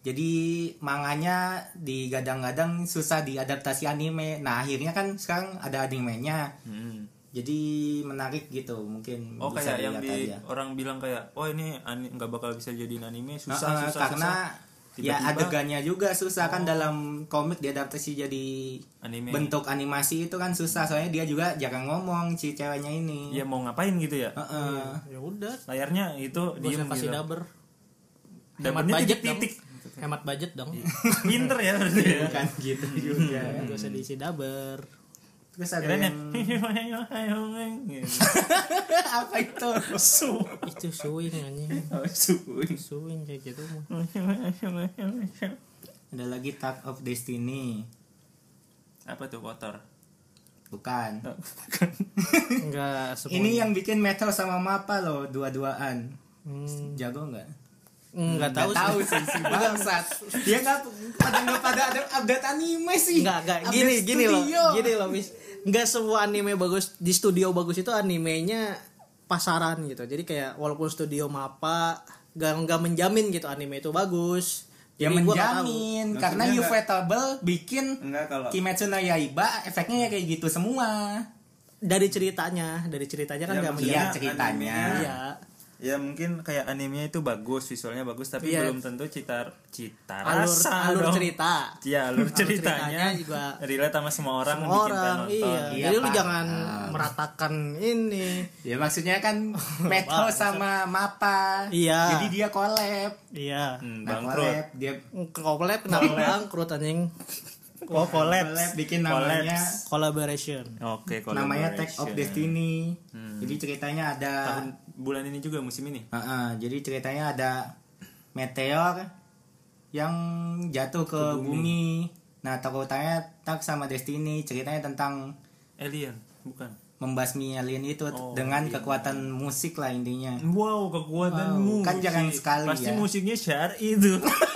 S2: jadi manganya digadang-gadang susah diadaptasi anime. Nah akhirnya kan sekarang ada animenya.
S3: Mm.
S2: jadi menarik gitu mungkin
S3: Oh
S2: bisa
S3: kayak yang
S2: dilihat
S3: di
S2: aja.
S3: orang bilang kayak oh ini ani- nggak bakal bisa jadiin anime susah
S2: Nah, eh,
S3: susah
S2: karena
S3: susah.
S2: ya
S3: Tiba-tiba- Oh.
S2: adegannya juga susah kan dalam komik diadaptasi jadi
S3: susah. anime
S2: bentuk animasi itu kan susah soalnya dia juga jarang ngomong si ceweknya ini
S3: ya mau ngapain gitu ya
S2: Heeh.
S1: Ya udah,
S3: layarnya itu
S1: gua
S3: diem
S1: kasih
S3: gitu
S1: daber. Hemat
S3: Dapetnya
S1: budget dong.
S3: titik-titik
S1: Hemat budget dong.
S3: pinter ya berarti ya.
S2: kan gitu juga
S1: Gak usah diisi daber.
S2: Terus ada
S3: Kirain ya,
S2: yang
S3: gitu.
S2: apa itu?
S3: Su.
S1: itu suing anjing
S2: Oh, suwi.
S1: suing kayak gitu mah
S2: Ada lagi Tag of Destiny.
S3: Apa tuh kotor?
S2: Bukan.
S1: enggak semua
S2: Ini yang bikin metal sama mapa loh, dua-duaan.
S1: Hmm,
S2: Jago nggak?
S1: enggak tahu
S2: Nggak
S1: sih
S2: sih si bangsat. Dia nggak pada nggak pada ada update anime sih.
S1: enggak enggak
S2: Update
S1: gini gini loh
S2: studio.
S1: gini loh mis enggak semua anime bagus di studio bagus itu animenya pasaran gitu jadi kayak walaupun studio mapa enggak enggak menjamin gitu anime itu bagus
S2: Ya
S1: Jadi gua nggak tahu.
S2: menjamin karena
S3: Maksudnya nggak-
S2: Ufotable bikin
S3: Enggak kalau
S2: Kimetsu no Yaiba efeknya ya kayak gitu semua.
S1: dari ceritanya dari ceritanya kan
S3: Ya,
S1: enggak
S3: maksudnya
S1: menjamin
S2: Iya ceritanya.
S1: iya
S3: ya mungkin kayak animenya itu bagus, visualnya bagus tapi
S1: Iya.
S3: belum tentu citar cita
S1: alur
S3: rasa
S1: alur
S3: dong.
S1: cerita
S3: Ya, alur
S1: ceritanya
S3: ceritanya,
S1: juga
S3: relate sama semua orang
S1: Semua
S3: bikin
S1: orang
S3: penonton.
S1: iya.
S2: Iya,
S1: jadi lu
S2: paham.
S1: jangan meratakan ini
S2: Ya maksudnya kan metal sama mapa.
S1: Iya.
S2: Jadi dia collab.
S1: iya
S3: Hmm,
S2: Nah,
S3: bangkrut.
S2: collab, dia
S1: kolab kenapa bangkrut anjing oh
S2: collab bikin namanya
S3: Collabs.
S1: collaboration
S3: Oke,
S2: namanya Tag
S3: collaboration.
S2: of Destiny. Jadi ceritanya ada
S3: Tahun bulan ini juga musim ini.
S2: Heeh, jadi ceritanya ada meteor yang jatuh ke, bumi. Nah, tokoh utamanya Tag sama Destiny. Ceritanya tentang
S3: Alien, bukan.
S2: membasmi alien itu
S3: Oh,
S2: dengan kekuatan musik lah intinya.
S3: Wow, kekuatanmu.
S2: Wow, kan jangan sekali
S3: Pasti
S2: ya.
S3: musiknya syar'i itu.